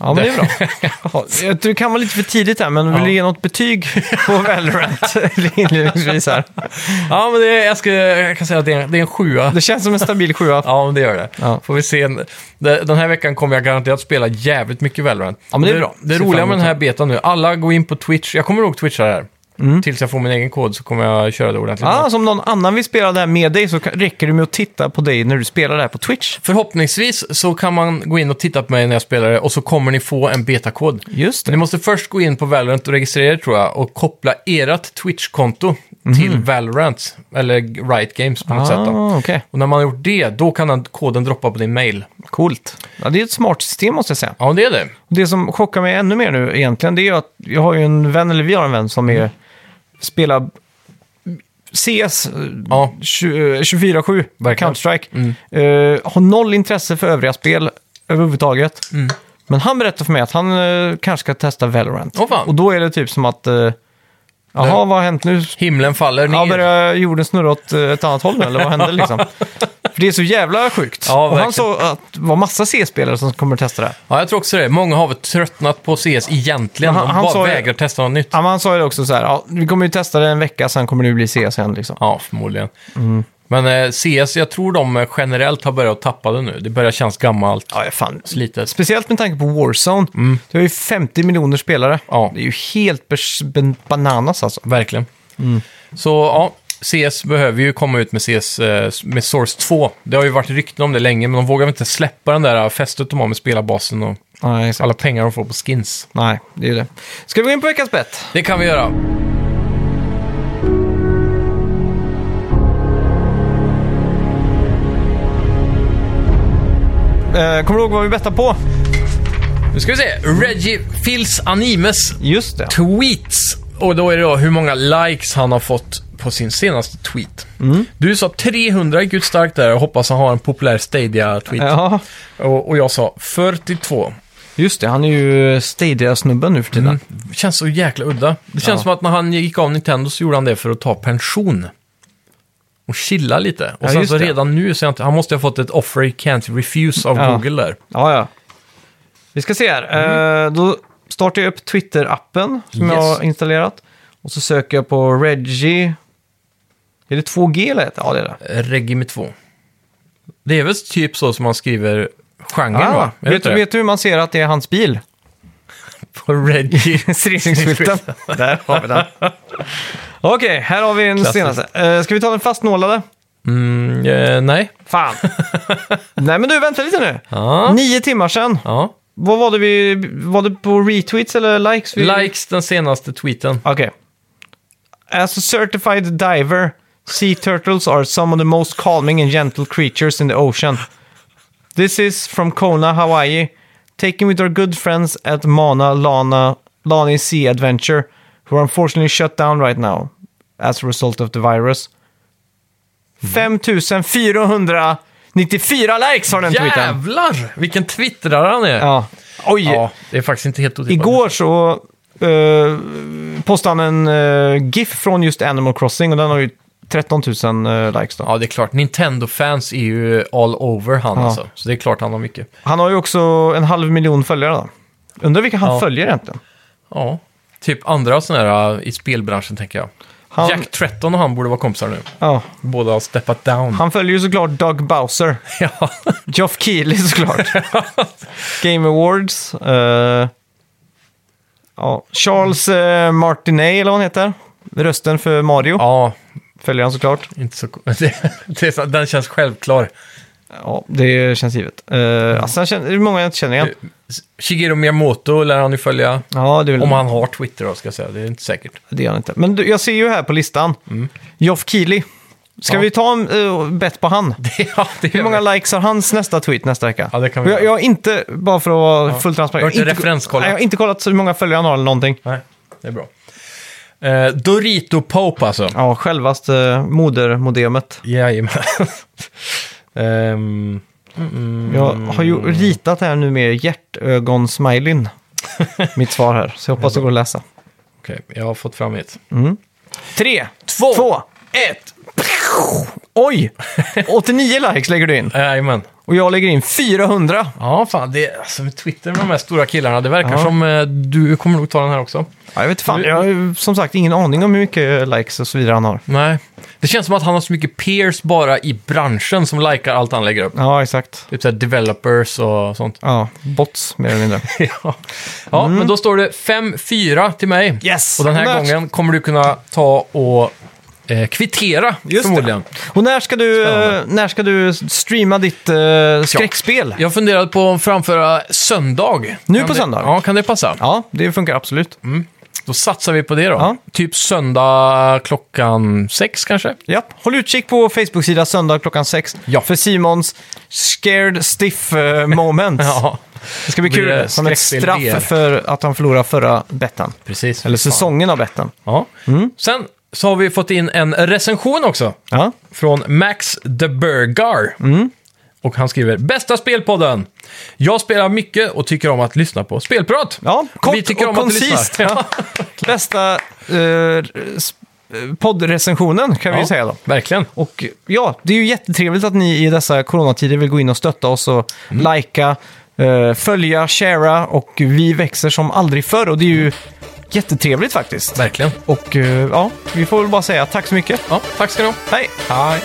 Ja, men det är bra. Ja, jag tror det kan vara lite för tidigt här, men vill du
Ja.
ge något betyg på Valorant inledningsvis här?
Ja, men det, är- jag, ska, jag kan säga att det är, det är en sjua.
Det känns som en stabil sjua.
Ja, men det gör det.
Ja.
Får vi se. en- de- Den här veckan kommer jag garanterat spela jävligt mycket Valorant.
Ja, men det är
Och
bra.
Det
Ser fram
roliga
emot
med den här betan nu, alla går in på Twitch. Jag kommer nog twitcha det här. Tills jag får min egen kod så kommer jag köra det ordentligt.
Ja, Mm. ah, som någon annan vill spela det här med dig så kan- räcker det med att titta på dig när du spelar det här på Twitch.
Förhoppningsvis så kan man gå in och titta på mig när jag spelar det och så kommer ni få en betakod.
Just
Men ni måste först gå in på Valorant och registrera er tror jag och koppla ert Twitch-konto till Valorant eller Riot Games på något sätt. Då.
Mhm. Ah, okej.
Och när man har gjort det, då kan den koden droppa på din mail.
Coolt. Ja, det är ett smart system måste jag säga.
Ja, det är det.
Det som chockar mig ännu mer nu egentligen, det är ju att jag har ju en vän, eller vi har en vän som är, spelar CS eh,
Ja.
20 24-7,
Verkligen. Mm.
Counter-Strike. Eh, har noll intresse för övriga spel överhuvudtaget.
Mm.
Men han berättade för mig att han eh, kanske ska testa Valorant.
Åh, fan.
och då är det typ som att... eh, Jaha, vad har hänt nu?
Himlen faller
Ja,
ner.
börjar jorden snurra åt eh, ett annat håll nu, eller vad händer liksom? För det är så jävla sjukt.
Ja,
och
verkligen.
han sa att det var massa C-spelare som kommer testa det.
Ja, jag tror också det. Många har väl tröttnat på CS
Men
egentligen.
han-
De
han
bara
sa ju-
vägrar testa något nytt.
Ja, men han sa ju också så här, ja, vi kommer ju testa det en vecka, sen kommer det bli CS igen liksom.
Ja, förmodligen.
Mm.
Men eh, CS, jag tror de eh, generellt har börjat tappa det nu. Det börjar kännas gammalt,
Ja, fan.
slitet.
Speciellt med tanke på Warzone. Det har ju 50 miljoner spelare.
Ja.
Det är ju helt bes- ben- bananas alltså.
Verkligen. Så ja, CS behöver ju komma ut med CS eh, med Source 2. Det har ju varit rykten om det länge, men de vågar väl inte släppa den där festet de har med spelarbasen och
Nej, exakt.
alla pengar de får på skins.
Nej, det är ju det. Ska vi gå in på veckans bett?
Det kan vi göra.
Eh, kommer du ihåg vad vi bettade på?
Nu ska vi se. Reggie Fils Animes
Just det.
tweets. Och då är det då hur många likes han har fått på sin senaste tweet.
Mm.
Du sa 300, gick ut starkt där och hoppas han har en populär Stadia-tweet.
Ja, Mm.
Och, och jag sa 42.
just det. Han är ju Stadia-snubben nu för tiden.
Det känns så jäkla udda. Det känns som att när han gick av Nintendo så gjorde han det för att ta pension. Och chilla lite. Och
Ja,
sen
just
så
det.
redan nu så är jag inte, han måste ha fått ett offer he can't refuse av
Ja.
Google där.
Ja, ja. Vi ska se här. Eh, då startar jag upp Twitter-appen som jag
Mhm. Yes.
har installerat. Och så söker jag på Reggie. Är det 2G eller? ett? Ja, det är det.
Regime 2. Det är väl typ så som man skriver genren
Ah,
va? Är det
vet,
inte
du,
det?
vet du hur man ser att det är hans bil?
På Reggie.
Stresingsskylten. Där har vi den. Okej, här har vi en
Klassiskt.
senaste. Eh, ska vi ta den fastnålade?
Mm, eh, nej.
Fan. Nej, men du, vänta lite nu.
Ja.
Nio timmar sedan.
ja.
Vad var det vi... Var det på retweets eller likes? Vi...
Likes den senaste tweeten.
Okej. As a certified diver, sea turtles are some of the most calming and gentle creatures in the ocean. This is from Kona, Hawaii, taken with our good friends at Mana Lana Lani Sea Adventure, who are unfortunately shut down right now as a result of the virus. 5494 likes har den tweeten.
Jävlar! Vilken twittrare han är.
Ja. Oj!
Ja, det är faktiskt inte helt otippat.
Igår så eh, postade han en eh, GIF från just Animal Crossing och den har ju 13 000 eh, likes. Då.
Ja, det är klart. Nintendo-fans är ju all over han alltså. Så det är klart han har mycket.
Han har ju också en halv miljon följare. Då. Undrar vilka han
Ja.
följer egentligen.
Ja. Typ andra sådana här äh, i spelbranschen, tänker jag.
Han-
Jack Tretton och han borde vara kompisar nu.
Ja.
Båda har steppat down.
Han följer ju såklart Doug Bowser,
Ja.
Geoff Keighley såklart, Game Awards, eh, ja, Charles eh, Martinet eller vad han heter, rösten för Mario,
ja,
följer han såklart.
inte så... Det, det är så den känns självklar.
Ja, det känns givet. Eh, alltså, sen känner, det är många jag inte känner igen.
Shigeru Miyamoto lär han ju följa.
Ja, det är väl
Om han har Twitter då, ska jag säga. Det är inte säkert.
Det gör han inte. Men du, jag ser ju här på listan. Joff Keely. Ska
Mm. Ja.
vi ta en eh, bet på han?
ja, det
Hur många likes har hans nästa tweet nästa vecka?
Ja, det kan vi
jag,
göra.
jag har inte, bara för att vara fullt transparent.
Jag har inte
ko-
referenskollat.
Nej, Jag har inte kollat hur många följare han har eller någonting.
Nej, det är bra. Eh, Dorito Pope alltså.
Ja, självaste eh, modermodemet.
Jajamän. Ehm,
Jag
Mm.
har ju ritat här nu med hjärtögon-smileyn. Mitt svar här, så jag hoppas det går att läsa.
Okej, jag har fått fram mitt.
Tre,
Två.
två ett. Oj! 89 likes lägger du in.
Jajamän.
Och jag lägger in 400.
Ja, fan. Det, alltså, med Twitter med de här stora killarna, det verkar
Ja.
som eh, du kommer nog ta den här också.
Ja, jag vet fan. Jag har ju som sagt ingen aning om hur mycket likes och så vidare han har.
Nej. Det känns som att han har så mycket peers bara i branschen som likar allt han lägger upp.
Ja, exakt.
Typ såhär developers och sånt.
Ja, bots mer eller mindre.
ja, ja men då står det 5-4 till mig.
Yes!
Och den här
När-
gången kommer du kunna ta och eh, kvittera, förmodligen.
Och när ska du, eh, när ska du streama ditt eh, skräckspel? Ja.
Jag funderade på att framföra söndag.
Nu
Kan
på
det-
söndag?
Ja, kan det passa?
det funkar absolut.
Mm. Då satsar vi på det då.
Ja.
Typ söndag klockan sex kanske?
Ja, håll utkik på Facebook-sida söndag klockan sex
Ja.
för Simons Scared Stiff eh, Moments.
Ja,
Det ska bli
Blir
kul
det
som ett
skräckspel
straff
VR?
för att han förlorade förra betten.
precis.
Eller Mm.
Fan.
säsongen av betten.
Ja. Sen så har vi fått in en recension också
Ja. Mm.
från Max de Burgar. Och han skriver “Bästa spelpodden! Jag spelar mycket och tycker om att lyssna på spelprat.
Ja, kort
Vi tycker
och
om att du
koncist.
lyssnar.
Ja. Bästa eh, s- eh, poddrecensionen kan vi
Ja,
ju säga då.
Verkligen.
Och ja, det är ju jättetrevligt att ni i dessa coronatider vill gå in och stötta oss och likea, eh, följa, sharea och vi växer som aldrig förr och det är ju jättetrevligt faktiskt.
Verkligen.
Och eh, ja, vi får väl bara säga tack så mycket.
Ja, tack ska du ha.
Hej!
Hej.